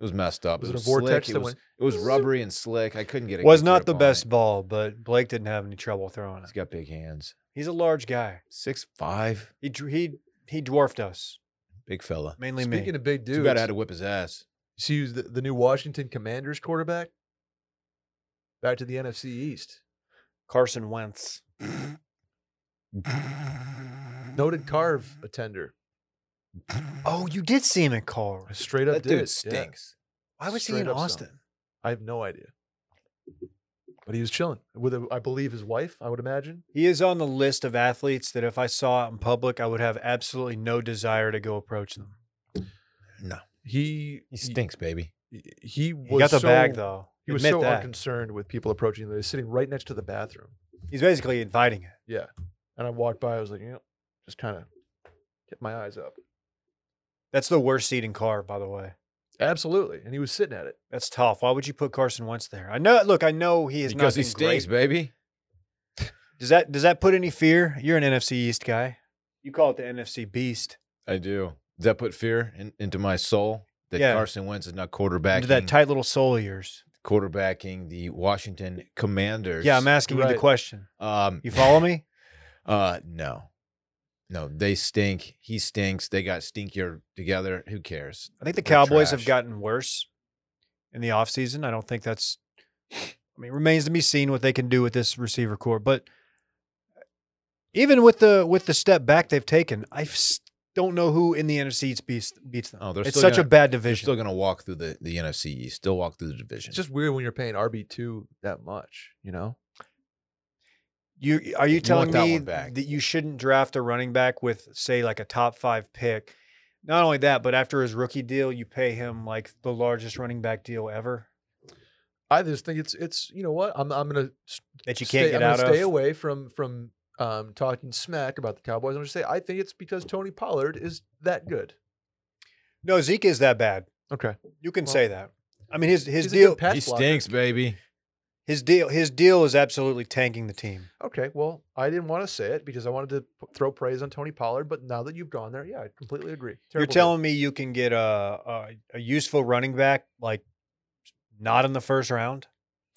Speaker 3: It was messed up.
Speaker 4: Was it a
Speaker 3: slick.
Speaker 4: vortex
Speaker 3: It
Speaker 4: that
Speaker 3: was,
Speaker 4: went
Speaker 3: it was rubbery and slick. I couldn't get it.
Speaker 2: Was not the best ball, but Blake didn't have any trouble throwing
Speaker 3: He's
Speaker 2: it.
Speaker 3: got big hands.
Speaker 2: He's a large guy.
Speaker 3: Six five,
Speaker 2: He dr- he he dwarfed us
Speaker 3: big fella.
Speaker 2: mainly
Speaker 4: Speaking
Speaker 2: me.
Speaker 4: of big
Speaker 3: Too
Speaker 4: dudes,
Speaker 3: bad I had to whip his ass.
Speaker 4: see who's the, the new Washington Commanders quarterback? Back to the NFC East.
Speaker 2: Carson Wentz.
Speaker 4: Noted carve attender.
Speaker 2: Oh, you did see him at Carl.
Speaker 4: I straight up
Speaker 3: That
Speaker 4: did.
Speaker 3: dude
Speaker 4: yeah.
Speaker 3: stinks.
Speaker 2: Why was he
Speaker 4: Straight
Speaker 2: in
Speaker 4: up so.
Speaker 2: Austin?
Speaker 4: I have no idea. But he was chilling with, a, I believe, his wife, I would imagine.
Speaker 2: He is on the list of athletes that if I saw out in public, I would have absolutely no desire to go approach them.
Speaker 4: He
Speaker 3: He stinks, baby.
Speaker 4: He, he was
Speaker 2: He got the
Speaker 4: so,
Speaker 2: bag though.
Speaker 4: He was
Speaker 2: Admit
Speaker 4: so
Speaker 2: that.
Speaker 4: unconcerned with people approaching him. He was sitting right next to the bathroom.
Speaker 2: He's basically inviting it.
Speaker 4: Yeah. And I walked by. I was like, you know, just kind of kept my eyes up.
Speaker 2: That's the worst seat in car, by the way.
Speaker 4: Absolutely. And he was sitting at it.
Speaker 2: That's tough. Why would you put Carson Wentz there? I know. Look, I know he is
Speaker 3: because
Speaker 2: not
Speaker 3: he stinks, baby.
Speaker 2: Does that does that put any fear? You're an NFC East guy. You call it the NFC Beast.
Speaker 3: I do. Does that put fear in, into my soul that
Speaker 2: Yeah.
Speaker 3: Carson Wentz is not quarterbacking
Speaker 2: Into that tight little soul of yours.
Speaker 3: quarterbacking the Washington Commanders?
Speaker 2: Yeah, I'm asking you
Speaker 4: Right.
Speaker 2: the question.
Speaker 3: Um,
Speaker 2: You follow me?
Speaker 3: uh, no, no, they stink. He stinks. They got stinkier together. Who cares?
Speaker 2: I think the
Speaker 3: They're
Speaker 2: Cowboys have
Speaker 3: trash.
Speaker 2: gotten worse in the offseason. I don't think that's I mean, it remains to be seen what they can do with this receiver core. But uh, even with the with the step back they've taken, I s- don't know who in the NFC East beats beats them.
Speaker 3: Oh, they're
Speaker 2: it's
Speaker 3: still
Speaker 2: such a
Speaker 3: gonna-
Speaker 2: bad
Speaker 3: They're
Speaker 2: division.
Speaker 3: still gonna walk through the the NFC East. Still walk through the division.
Speaker 4: It's just weird when you're paying RB2 that much, you know?
Speaker 2: you are you
Speaker 3: want
Speaker 2: telling
Speaker 3: that
Speaker 2: me
Speaker 3: one back.
Speaker 2: that you shouldn't draft a running back with say like a top five pick? Not only that, but after his rookie deal, you pay him like the largest running back deal ever
Speaker 4: I just think it's it's you know what I'm I'm gonna s-
Speaker 2: that you can't
Speaker 4: stay,
Speaker 2: get
Speaker 4: I'm gonna
Speaker 2: out
Speaker 4: stay
Speaker 2: of.
Speaker 4: away from from um, talking smack about the Cowboys. I'm just say I think it's because Tony Pollard is that good.
Speaker 2: No, Zeke is that bad.
Speaker 4: Okay,
Speaker 2: You can
Speaker 4: Well,
Speaker 2: say that. I mean, his his
Speaker 4: he's a good
Speaker 2: deal
Speaker 4: pass
Speaker 3: he
Speaker 4: blocker.
Speaker 3: stinks, baby.
Speaker 2: His deal, his deal is absolutely tanking the team.
Speaker 4: Okay, well, I didn't want to say it because I wanted to p- throw praise on Tony Pollard, but now that you've gone there, yeah, I completely agree.
Speaker 2: You're
Speaker 4: Terrible deal.
Speaker 2: telling me you can get a, a a useful running back like not in the first round,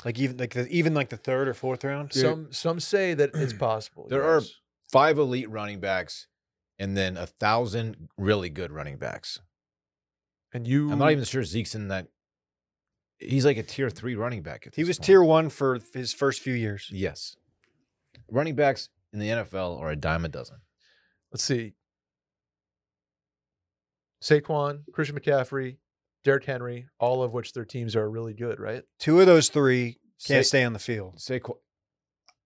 Speaker 2: like even like the, even like the third or fourth round.
Speaker 3: Dude.
Speaker 4: some some say that it's possible.
Speaker 3: There are- Five elite running backs, and then a thousand really good running backs.
Speaker 4: and you
Speaker 3: I'm not even sure Zeke's in that. He's like a tier three running back. At
Speaker 2: He
Speaker 3: this
Speaker 2: was
Speaker 3: point.
Speaker 2: tier one for his first few years.
Speaker 3: Yes. Running backs in the NFL are a dime a dozen.
Speaker 4: let's see. Saquon, Christian McCaffrey, Derrick Henry, all of which their teams are really good, right?
Speaker 2: Two of those three can't
Speaker 3: Sa-
Speaker 2: stay on the field.
Speaker 3: Saquon,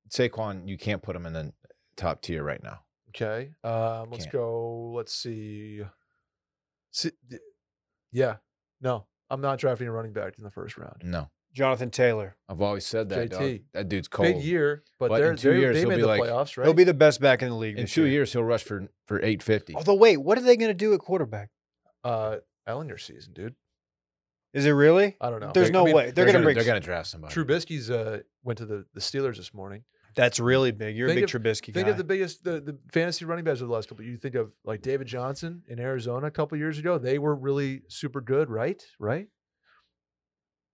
Speaker 3: Saquon, you can't put him in the top tier right now.
Speaker 4: Okay. Um, let's
Speaker 3: Can't.
Speaker 4: go. Let's see. see th- yeah. No, I'm not drafting a running back in the first round.
Speaker 3: No,
Speaker 2: Jonathan Taylor,
Speaker 3: I've always said that. dog.
Speaker 4: JT.
Speaker 3: That dude's cold.
Speaker 4: Big year, but,
Speaker 3: But in
Speaker 4: they're,
Speaker 3: two
Speaker 4: they're
Speaker 3: years,
Speaker 4: they
Speaker 3: he'll
Speaker 4: made
Speaker 3: be
Speaker 4: the
Speaker 3: like,
Speaker 4: playoffs, right?
Speaker 2: he'll be the best back in the league
Speaker 3: In
Speaker 2: this
Speaker 3: two
Speaker 2: year.
Speaker 3: years, he'll rush for for eight fifty.
Speaker 2: Although, wait, what are they going to do at quarterback?
Speaker 4: uh, Ellinger season, dude.
Speaker 2: Is it really?
Speaker 4: I don't know.
Speaker 2: There's
Speaker 4: I
Speaker 2: no
Speaker 4: mean,
Speaker 2: way they're, going to bring.
Speaker 3: they're gonna draft somebody.
Speaker 4: Trubisky's uh, went to the, the Steelers this morning.
Speaker 2: That's really big. You're a big
Speaker 4: Think
Speaker 2: Trubisky
Speaker 4: Think
Speaker 2: guy.
Speaker 4: of the biggest the, the fantasy running backs of the last couple. You think of like David Johnson in Arizona a couple years ago. They were really super good, right? Right.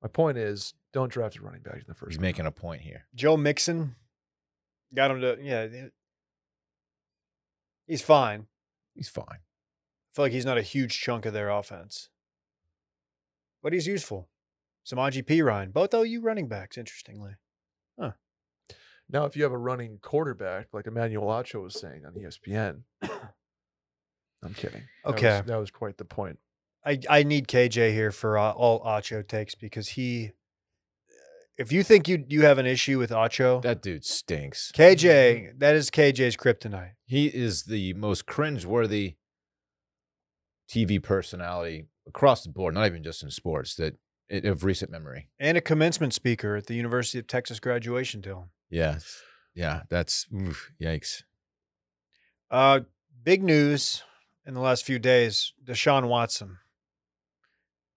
Speaker 4: My point is, don't draft a running back in the first.
Speaker 3: He's
Speaker 4: round.
Speaker 3: making a point here.
Speaker 2: Joe Mixon got him to yeah. he- He's fine.
Speaker 3: He's fine.
Speaker 2: I feel like he's not a huge chunk of their offense, but he's useful. Samaji P. Ryan, both OU running backs, interestingly.
Speaker 4: Now, if you have a running quarterback like Emmanuel Acho was saying on E ESPN, I'm kidding. That was-
Speaker 2: Okay.
Speaker 4: that was, quite the point.
Speaker 2: I, I need KJ here for uh, all Acho takes because he. If you think you you have an issue with Acho,
Speaker 3: That dude stinks.
Speaker 2: KJ, that is KJ's kryptonite.
Speaker 3: He is the most cringeworthy TV personality across the board, not even just in sports, that it, of recent memory.
Speaker 2: And a commencement speaker at the University of Texas graduation, Dylan.
Speaker 3: Yeah, yeah, that's oof, yikes.
Speaker 2: Uh, big news in the last few days Deshaun Watson.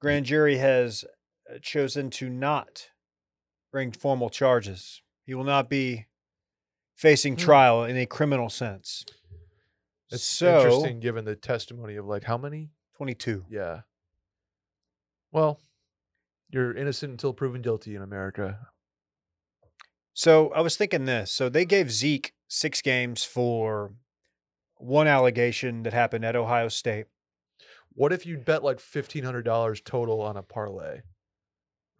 Speaker 2: Grand jury has uh, chosen to not bring formal charges. He will not be facing
Speaker 4: Hmm.
Speaker 2: trial in a criminal sense.
Speaker 4: It's
Speaker 2: so,
Speaker 4: interesting given the testimony of like how many?
Speaker 2: 22.
Speaker 4: Yeah. Well, you're innocent until proven guilty in America.
Speaker 2: So I was thinking this. So they gave Zeke six games for one allegation that happened at Ohio State.
Speaker 4: What if you bet like fifteen hundred dollars total on a parlay?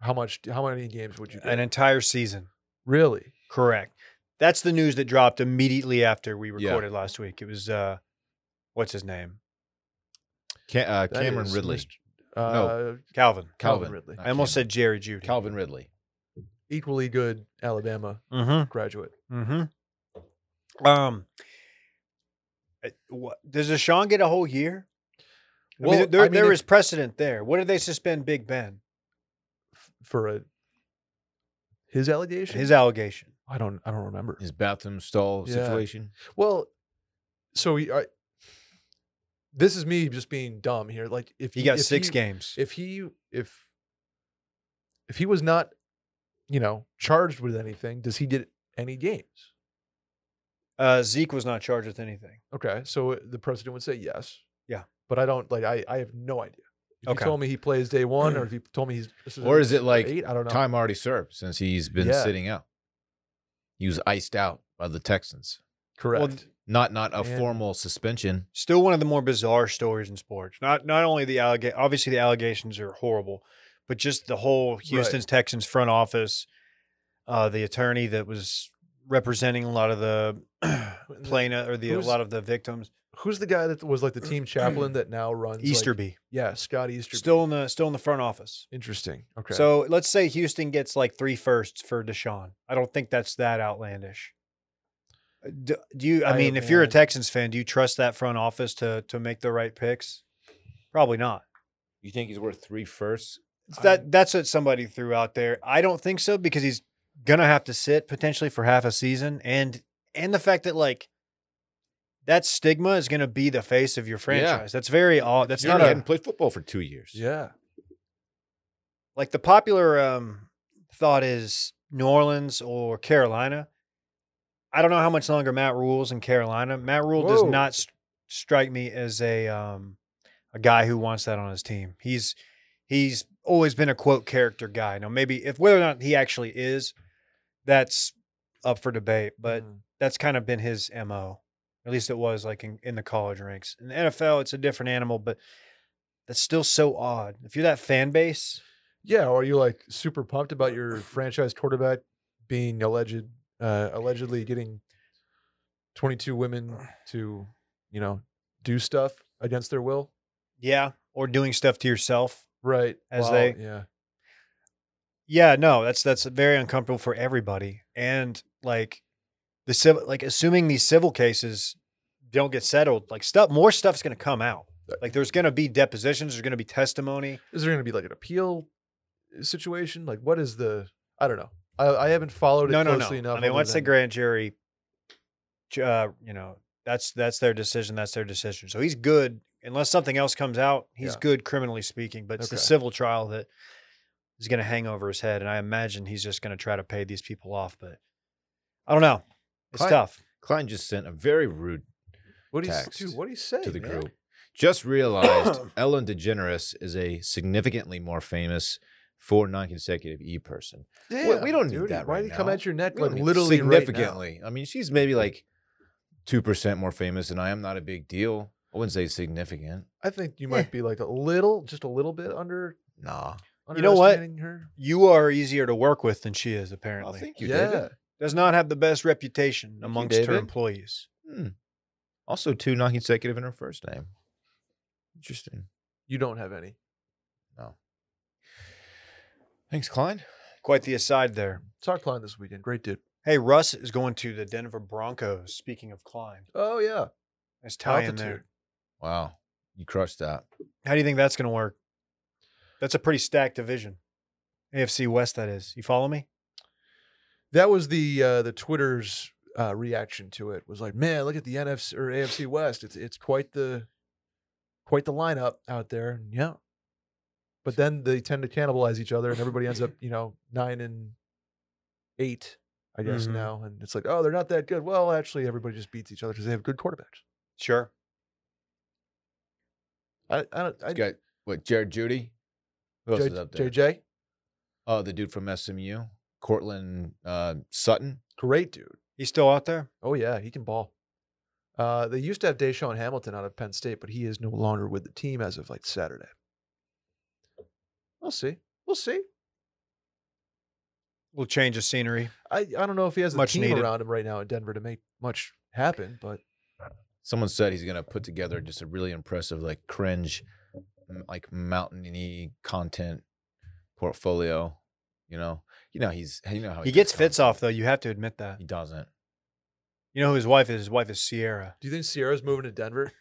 Speaker 4: How much? How many games would you bet?
Speaker 2: An entire season.
Speaker 4: really?
Speaker 2: Correct. That's the news that dropped immediately after we
Speaker 3: Yeah.
Speaker 2: recorded last week. It was uh what's his name?
Speaker 3: Ca- uh,
Speaker 4: That
Speaker 3: Cameron
Speaker 4: is
Speaker 3: Ridley,
Speaker 4: mist-
Speaker 3: No.
Speaker 4: Uh,
Speaker 2: Calvin.
Speaker 3: Calvin,
Speaker 4: Ridley.
Speaker 3: not
Speaker 2: I almost said
Speaker 3: Cameron.
Speaker 2: Jerry Judy.
Speaker 3: Calvin Ridley.
Speaker 4: equally good Alabama
Speaker 2: Mm-hmm.
Speaker 4: graduate.
Speaker 2: Mm-hmm. Um uh, what, does Deshaun get a whole year? I mean,
Speaker 4: Well,
Speaker 2: there,
Speaker 4: I mean,
Speaker 2: there
Speaker 4: if-
Speaker 2: is precedent there. What did they suspend Big Ben?
Speaker 4: f- for a his allegation.
Speaker 2: His allegation.
Speaker 4: I don't. I don't remember.
Speaker 3: His bathroom stall
Speaker 4: Yeah.
Speaker 3: situation.
Speaker 4: Well, so he, I, this is me just being dumb here. Like if
Speaker 2: He got
Speaker 4: if
Speaker 2: six
Speaker 4: he-
Speaker 2: games.
Speaker 4: If he if if he was not, you know, charged with anything, does he get any games?
Speaker 2: Uh, Zeke was not charged with anything.
Speaker 4: Okay, so uh, the president would say yes.
Speaker 2: Yeah.
Speaker 4: but I don't like. I I have no idea. If
Speaker 2: Okay.
Speaker 4: you told me he plays day one, or if you told me he's, this
Speaker 3: Or is it
Speaker 4: episode
Speaker 3: like
Speaker 4: eight? I don't know.
Speaker 3: Time already served since he's been
Speaker 4: Yeah.
Speaker 3: sitting out. He was iced out by the Texans.
Speaker 4: Correct.
Speaker 3: Not not a
Speaker 4: Man.
Speaker 3: formal suspension.
Speaker 2: still one of the more bizarre stories in sports. Not not only the alleg obviously the allegations are horrible, but just the whole Houston Texans front office, uh, the attorney that was representing a lot of the plaintiff or the a
Speaker 4: Who's-
Speaker 2: lot of the victims,
Speaker 4: Who's the guy that was like the team chaplain that now runs like-
Speaker 2: Easterby,
Speaker 4: yeah, Scott Easterby.
Speaker 2: still in the still in the front office.
Speaker 4: Interesting. Okay.
Speaker 2: So let's say Houston gets like three firsts for Deshaun. I don't think that's that outlandish. Uh, Do, do you? I
Speaker 4: I-
Speaker 2: mean, if you're a
Speaker 4: man.
Speaker 2: Texans fan, do you trust that front office to to make the right picks? Probably not.
Speaker 3: You think he's worth three firsts?
Speaker 2: It's
Speaker 4: I-
Speaker 2: That that's what somebody threw out there. I don't think so because he's gonna have to sit potentially for half a season, and and the fact that like that stigma is gonna be the face of your franchise. That's very odd. That's
Speaker 3: It's not.
Speaker 2: not
Speaker 3: He
Speaker 2: a,
Speaker 3: hadn't played football for two years.
Speaker 4: yeah,
Speaker 2: like the popular um, thought is New Orleans or Carolina. I don't know how much longer Matt Rule's in Carolina. Matt Rule does
Speaker 4: Whoa.
Speaker 2: not s- strike me as a um, a guy who wants that on his team. He's he's always been a quote character guy. Now maybe if whether or not he actually is, that's up for debate. But
Speaker 4: Mhm.
Speaker 2: that's kind of been his mo at least it was like in, in the college ranks in the nfl it's a different animal but that's still so odd if you're that fan base
Speaker 4: yeah, or are you like super pumped about your franchise quarterback being alleged, uh, allegedly getting twenty-two women to, you know, do stuff against their will?
Speaker 2: yeah or doing stuff to yourself
Speaker 4: Right.
Speaker 2: As
Speaker 4: while-
Speaker 2: they-
Speaker 4: yeah.
Speaker 2: yeah no that's that's very uncomfortable for everybody and like the civil like assuming these civil cases don't get settled like stuff more stuff's going to come out like there's going to be depositions there's going to be testimony
Speaker 4: is there going to be like an appeal uh, situation? Like, what is the? I don't know. I, I haven't followed it
Speaker 2: no no no
Speaker 4: closely enough.
Speaker 2: i mean
Speaker 4: other
Speaker 2: once the
Speaker 4: than-
Speaker 2: grand jury ju- uh, you know that's that's their decision that's their decision so he's good unless something else comes out he's
Speaker 4: Yeah.
Speaker 2: good criminally speaking but it's the
Speaker 4: Okay.
Speaker 2: civil trial that is going to hang over his head and i imagine he's just going to try to pay these people off but i don't know it's
Speaker 3: Client-
Speaker 2: tough
Speaker 3: Klein just sent a very rude
Speaker 4: what do you s-
Speaker 3: text
Speaker 4: dude, What do you say
Speaker 3: to the
Speaker 4: man?
Speaker 3: group. Just realized Ellen DeGeneres is a significantly more famous for non-consecutive E person.
Speaker 4: Damn,
Speaker 3: we don't need
Speaker 4: dude,
Speaker 3: that
Speaker 4: Why
Speaker 3: right
Speaker 4: did he come
Speaker 3: now.
Speaker 4: at your neck
Speaker 3: We
Speaker 4: like
Speaker 3: don't mean
Speaker 4: literally right now?
Speaker 3: significantly. I mean, she's maybe like two percent more famous than I am. Not a big deal. I wouldn't say significant.
Speaker 4: I think you might be like a little, just a little bit under.
Speaker 3: Nah.
Speaker 2: You know what?
Speaker 4: underestimating Her.
Speaker 2: you are easier to work with than she is apparently
Speaker 4: yeah.
Speaker 2: does not have the best reputation
Speaker 3: you,
Speaker 2: amongst her
Speaker 3: David.
Speaker 2: employees
Speaker 3: Hmm. Also, two non-consecutive in her first name. Interesting.
Speaker 4: You don't have any.
Speaker 3: Thanks, Klein.
Speaker 2: quite the aside there
Speaker 4: Talk Klein this weekend. Great dude.
Speaker 2: hey russ is going to the denver broncos speaking of klein
Speaker 4: Oh yeah.
Speaker 2: nice tie in there
Speaker 3: Wow, you crushed that.
Speaker 2: How do you think that's going to work? That's a pretty stacked division. AFC West, that is. You follow me?
Speaker 4: That was the uh, the Twitter's uh, reaction to it was like, man, look at the NFC or AFC West. It's it's quite the quite the lineup out there. And Yeah. But then they tend to cannibalize each other and everybody ends up, you know, nine and eight, I guess
Speaker 2: Mhm.
Speaker 4: now. And it's like, oh, they're not that good. Well, actually everybody just beats each other because they have good quarterbacks.
Speaker 2: Sure.
Speaker 4: I, I don't I,
Speaker 3: You got what? Jared Judy. Who else is up there?
Speaker 4: J- JJ,
Speaker 3: Oh, the dude from SMU, Cortland uh, Sutton.
Speaker 4: great dude.
Speaker 2: He's still out there?
Speaker 4: Oh yeah, he can ball. Uh, they used to have Deshaun Hamilton out of Penn State, but he is no longer with the team as of like Saturday. We'll see. We'll see.
Speaker 2: Little change of scenery.
Speaker 4: I, I don't know if he has the
Speaker 2: Much
Speaker 4: team
Speaker 2: needed.
Speaker 4: around him right now in Denver to make much happen, but
Speaker 3: Someone said he's gonna put together just a really impressive, like cringe, m- like mountainy content portfolio. You know, you know Oh, he's you know how
Speaker 2: He
Speaker 3: does
Speaker 2: gets fits
Speaker 3: content.
Speaker 2: off, though. You have to admit that.
Speaker 3: He doesn't.
Speaker 2: You know who his wife is? His wife is Sierra.
Speaker 4: do you think Sierra's moving to Denver?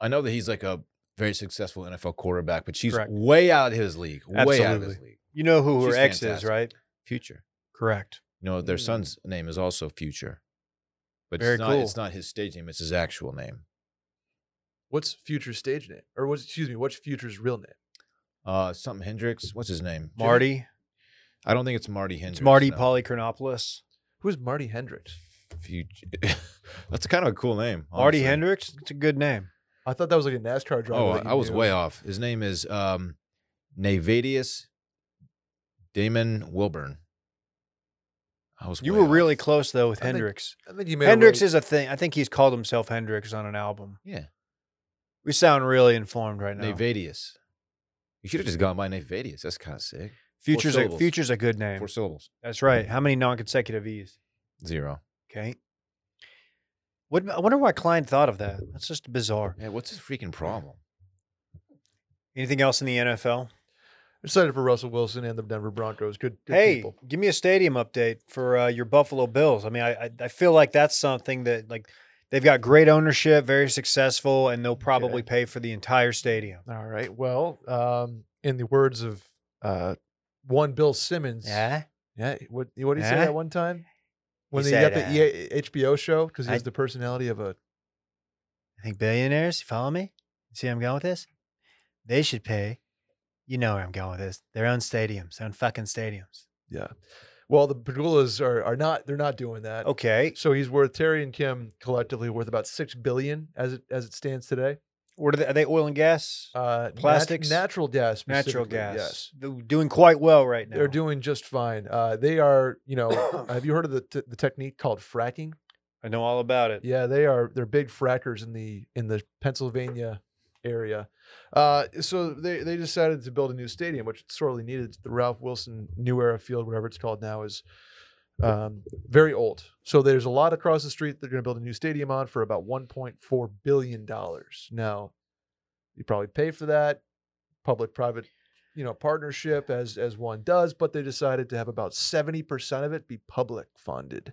Speaker 3: I know that he's like a very successful NFL quarterback, but she's
Speaker 2: Correct.
Speaker 3: way out of his league. Way out of his
Speaker 2: Absolutely.
Speaker 3: league.
Speaker 2: You know who her
Speaker 3: She's
Speaker 2: ex is,
Speaker 3: fantastic.
Speaker 2: right?
Speaker 3: Future.
Speaker 2: Correct.
Speaker 3: You know, their
Speaker 4: Mm.
Speaker 3: son's name is also Future, but
Speaker 2: Very
Speaker 3: it's not. It's
Speaker 2: cool.
Speaker 3: not his stage name; it's his actual name.
Speaker 4: What's Future's stage name? Or what's excuse me, what's Future's real name?
Speaker 3: Uh, something Hendricks. What's his name?
Speaker 2: Marty.
Speaker 3: I don't think it's Marty Hendricks.
Speaker 2: It's Marty
Speaker 3: no.
Speaker 2: Polychronopoulos.
Speaker 4: Who's Marty Hendricks?
Speaker 3: Future. That's kind of a cool name.
Speaker 2: Marty
Speaker 3: honestly.
Speaker 2: Hendricks? It's a good name.
Speaker 4: I thought that was like a NASCAR driver.
Speaker 3: Oh,
Speaker 4: that you
Speaker 3: I was
Speaker 4: knew.
Speaker 3: way off. His name is um, Navadius Damon Wilburn. I was.
Speaker 2: You
Speaker 3: way
Speaker 2: were
Speaker 3: off.
Speaker 2: really close, though, with
Speaker 4: I think-
Speaker 2: Hendricks.
Speaker 4: I think he made
Speaker 2: Hendricks
Speaker 4: a
Speaker 2: is a thing. I think he's called himself Hendricks on an album.
Speaker 3: Yeah,
Speaker 2: We sound really informed right now.
Speaker 3: Navadius. You should have just gone by Navadius. That's kind of sick.
Speaker 2: Future's a,
Speaker 3: syllables. Mm-hmm.
Speaker 2: Future's a good name.
Speaker 3: Four syllables.
Speaker 2: That's right. How many non-consecutive E's?
Speaker 3: Zero.
Speaker 2: Okay. What I wonder why Klein thought of that. That's just bizarre.
Speaker 3: Yeah. What's his freaking problem?
Speaker 2: Anything else in the NFL?
Speaker 4: excited for Russell Wilson and the Denver Broncos. Good, good
Speaker 2: hey,
Speaker 4: people.
Speaker 2: give me a stadium update for uh, your Buffalo Bills. I mean, I, I I feel like that's something that like they've got great ownership, very successful, and they'll probably pay for the entire stadium.
Speaker 4: All right. Well, um, in the words of uh, one Bill Simmons,
Speaker 2: Yeah.
Speaker 4: yeah, what what did he say
Speaker 2: Yeah.
Speaker 4: that one time when they
Speaker 2: said, uh,
Speaker 4: got the E EA, HBO show because he
Speaker 2: I-
Speaker 4: has the personality of a
Speaker 2: I think billionaires, you follow me? See where I'm going with this? They should pay. You know where I'm going with this. Their own stadiums, their own fucking stadiums.
Speaker 4: yeah. Well, the Pagulas are are not they're not doing that.
Speaker 2: Okay.
Speaker 4: So he's worth Terry and Kim collectively worth about six billion as it as it stands today.
Speaker 2: What are they? Are they oil and gas?
Speaker 4: Uh, nat-
Speaker 2: Plastics?
Speaker 4: natural gas,
Speaker 2: Natural
Speaker 4: specifically,
Speaker 2: gas.
Speaker 4: Yes,
Speaker 2: They're doing quite well right now.
Speaker 4: they're doing just fine. Uh, they are, you know, have you heard of the t- the technique called fracking?
Speaker 2: I know all about it.
Speaker 4: Yeah, they are. They're big frackers in the in the Pennsylvania area. Uh, so they they decided to build a new stadium, which it's sorely needed. The Ralph Wilson New Era Field, whatever it's called now, is um, very old. So there's a lot across the street. They're going to build a new stadium on for about 1.4 billion dollars. Now, you probably pay for that public private you know partnership as as one does but they decided to have about 70% of it be public funded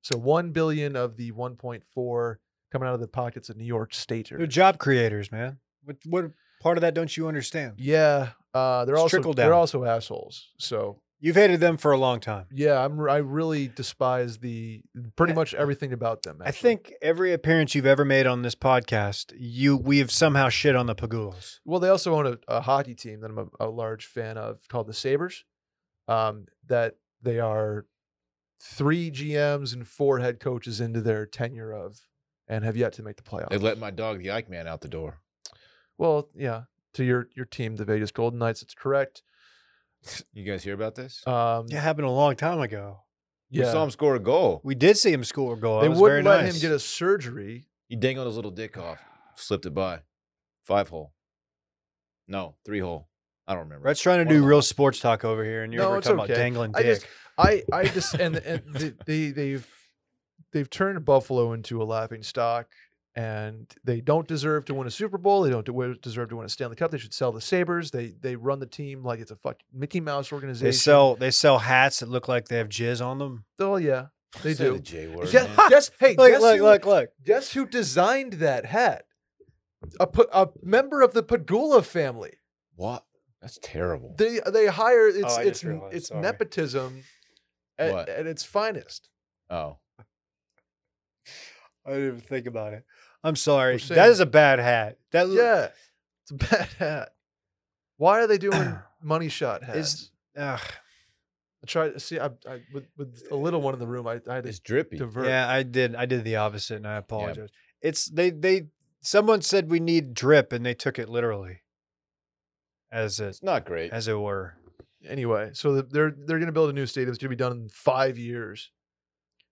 Speaker 4: so 1 billion of the 1.4 coming out of the pockets of new york state
Speaker 2: They're
Speaker 4: or
Speaker 2: job creators, man. What what part of that don't you understand?
Speaker 4: yeah uh they're
Speaker 2: It's
Speaker 4: also
Speaker 2: trickle
Speaker 4: they're
Speaker 2: down.
Speaker 4: also assholes so
Speaker 2: You've hated them for a long time.
Speaker 4: yeah i'm i really despise the pretty
Speaker 2: I-
Speaker 4: much everything about them
Speaker 2: I
Speaker 4: actually.
Speaker 2: think every appearance you've ever made on this podcast, you we have somehow shit on the Pagulas.
Speaker 4: Well, they also own a, a hockey team that I'm a, a large fan of called the Sabres. Um, that they are three GMs and four head coaches into their tenure of, and have yet to make the playoffs.
Speaker 3: They let my dog, the Ike Man, out the door.
Speaker 4: well, yeah, to your your team, the Vegas Golden Knights. It's correct.
Speaker 3: You guys hear about this?
Speaker 4: Um,
Speaker 2: It
Speaker 4: yeah,
Speaker 2: happened a long time ago.
Speaker 3: We saw him score a goal.
Speaker 2: We did see him score a goal.
Speaker 4: they
Speaker 2: That was very
Speaker 4: wouldn't let
Speaker 2: nice.
Speaker 4: him get a surgery.
Speaker 3: He dangled his little dick off, slipped it by. Five hole. No, three hole. I don't remember.
Speaker 2: Red's trying to
Speaker 3: One of
Speaker 2: do
Speaker 3: them.
Speaker 2: real sports talk over here, and you're
Speaker 4: No,
Speaker 2: over
Speaker 4: it's
Speaker 2: talking
Speaker 4: okay.
Speaker 2: about dangling
Speaker 4: I
Speaker 2: dick.
Speaker 4: just- I I just and and th- they they've they've turned Buffalo into a laughing stock, and they don't deserve to win a Super Bowl. They don't de- deserve to win a Stanley Cup. They should sell the Sabers. They they run the team like it's a fucking Mickey Mouse organization.
Speaker 2: they sell they sell hats that look like they have jizz on them.
Speaker 4: Oh yeah, they
Speaker 3: Say the
Speaker 4: do.
Speaker 3: J word.
Speaker 4: Guess,
Speaker 3: man.
Speaker 4: guess- hey,
Speaker 2: Look,
Speaker 4: guess,
Speaker 2: look,
Speaker 4: who,
Speaker 2: look, look.
Speaker 4: guess who designed that hat? A, pa- a member of the Pagula family.
Speaker 3: What? That's terrible.
Speaker 4: They they hire it's
Speaker 2: Oh, I just
Speaker 4: it's
Speaker 2: realized,
Speaker 4: it's
Speaker 2: sorry.
Speaker 4: nepotism at,
Speaker 3: What?
Speaker 4: at its finest.
Speaker 3: oh.
Speaker 2: I didn't even think about it. I'm sorry.
Speaker 4: We're
Speaker 2: That
Speaker 4: saying-
Speaker 2: is a bad hat. That l-
Speaker 4: Yeah, it's a bad hat. Why are they doing money shot hats?
Speaker 2: Is- ugh.
Speaker 4: I tried see I, I with, with a little one in the room. I, I had
Speaker 3: It's
Speaker 4: to
Speaker 3: drippy.
Speaker 4: divert.
Speaker 2: Yeah, I did. I did the opposite, and I apologize. It's they they someone said we need drip, and they took it literally, as it
Speaker 3: It's not great.
Speaker 2: as it were.
Speaker 4: Anyway, so the- they're they're going to build a new stadium. It's going to be done in five years,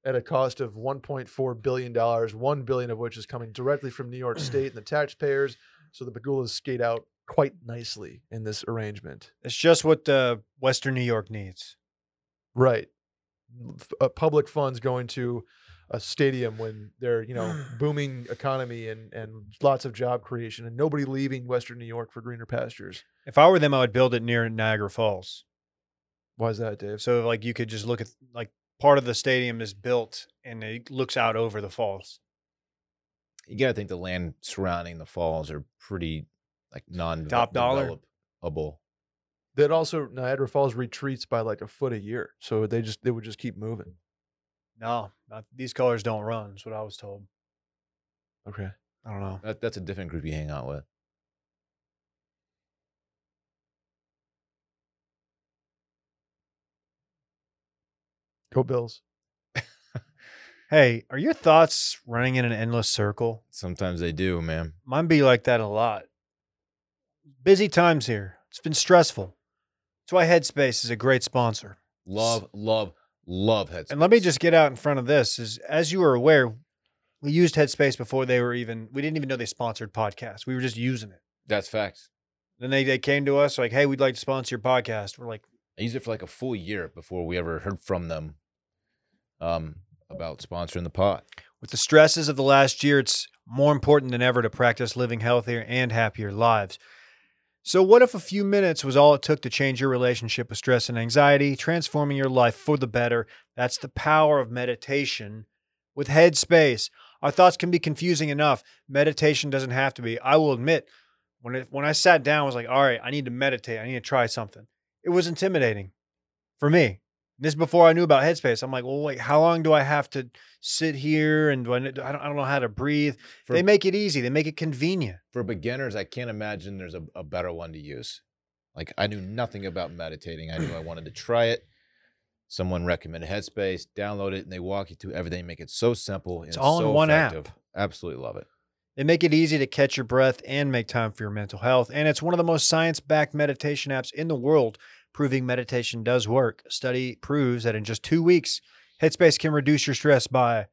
Speaker 4: at a cost of 1.4 billion dollars. One billion of which is coming directly from New York State and the taxpayers. So the Pagulas skate out quite nicely in this arrangement.
Speaker 2: It's just what uh, Western New York needs.
Speaker 4: Right. F- Uh, public funds going to a stadium when they're, you know, booming economy and, and lots of job creation and nobody leaving Western New York for greener pastures.
Speaker 2: If I were them, I would build it near Niagara Falls,
Speaker 4: Why is that, Dave?
Speaker 2: so like you could just look at like part of the stadium is built and it looks out over the falls.
Speaker 3: You gotta think the land surrounding the falls are pretty like non
Speaker 2: Top dollar.
Speaker 3: developable.
Speaker 4: That also Niagara Falls retreats by like a foot a year. So they just they would just keep moving.
Speaker 2: No, not, these colors don't run. Is what I was told.
Speaker 4: Okay.
Speaker 2: I don't know.
Speaker 3: That, that's a different group you hang out with.
Speaker 4: Go Bills.
Speaker 2: Hey, are your thoughts running in an endless circle?
Speaker 3: Sometimes they do, man.
Speaker 2: Mine be like that a lot. Busy times here. It's been stressful. That's why Headspace is a great sponsor.
Speaker 3: Love, love, love headspace.
Speaker 2: And let me just get out in front of this is as you are aware, we used Headspace before they were even we didn't even know they sponsored podcasts. We were just using it.
Speaker 3: That's facts.
Speaker 2: Then they, they came to us like, hey, we'd like to sponsor your podcast. We're like,
Speaker 3: I used it for like a full year before we ever heard from them um, about sponsoring the pot.
Speaker 2: With the stresses of the last year, it's more important than ever to practice living healthier and happier lives. So, what if a few minutes was all it took to change your relationship with stress and anxiety, transforming your life for the better? That's the power of meditation with Headspace. Our thoughts can be confusing enough. Meditation doesn't have to be. I will admit, when it, when I sat down, I was like, "All right, I need to meditate. I need to try something." It was intimidating for me. This is before I knew about Headspace. I'm like, "Well, wait, how long do I have to sit here and do I, n- I don't, I don't know how to breathe.
Speaker 3: For,
Speaker 2: they make it easy. They make it convenient.
Speaker 3: for beginners, I can't imagine there's a, a better one to use. Like I knew nothing about meditating. I knew I wanted to try it. Someone recommended Headspace, download it, and they walk you through everything. Make it so simple. and
Speaker 2: It's all in
Speaker 3: so
Speaker 2: one app.
Speaker 3: effective. Absolutely love it.
Speaker 2: They make it easy to catch your breath and make time for your mental health. And it's one of the most science backed meditation apps in the world, proving meditation does work. A study proves that in just two weeks, Headspace can reduce your stress by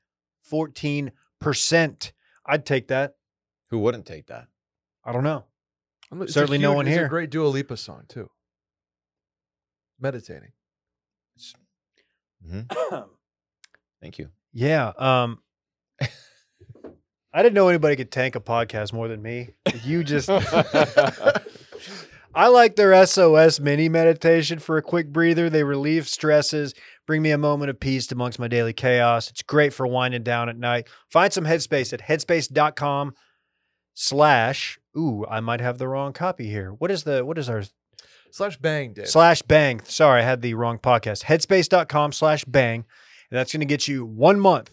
Speaker 2: 14%. I'd take that.
Speaker 3: Who wouldn't take that?
Speaker 2: I don't know.
Speaker 4: I'm- it's a
Speaker 2: Certainly no
Speaker 4: huge-
Speaker 2: one
Speaker 4: it's
Speaker 2: here.
Speaker 4: A great Dua Lipa song too. Meditating.
Speaker 3: hmm Thank you.
Speaker 2: yeah. Um, I didn't know anybody could tank a podcast more than me. You just.
Speaker 3: Oh
Speaker 2: I like their SOS mini meditation for a quick breather. They relieve stresses, bring me a moment of peace amongst my daily chaos. It's great for winding down at night. Find some headspace at headspace.com slash ooh, I might have the wrong copy here. What is the what is our
Speaker 4: Slash bang, Dave.
Speaker 2: slash bang? Sorry, I had the wrong podcast. Headspace.com slash bang. And that's gonna get you one month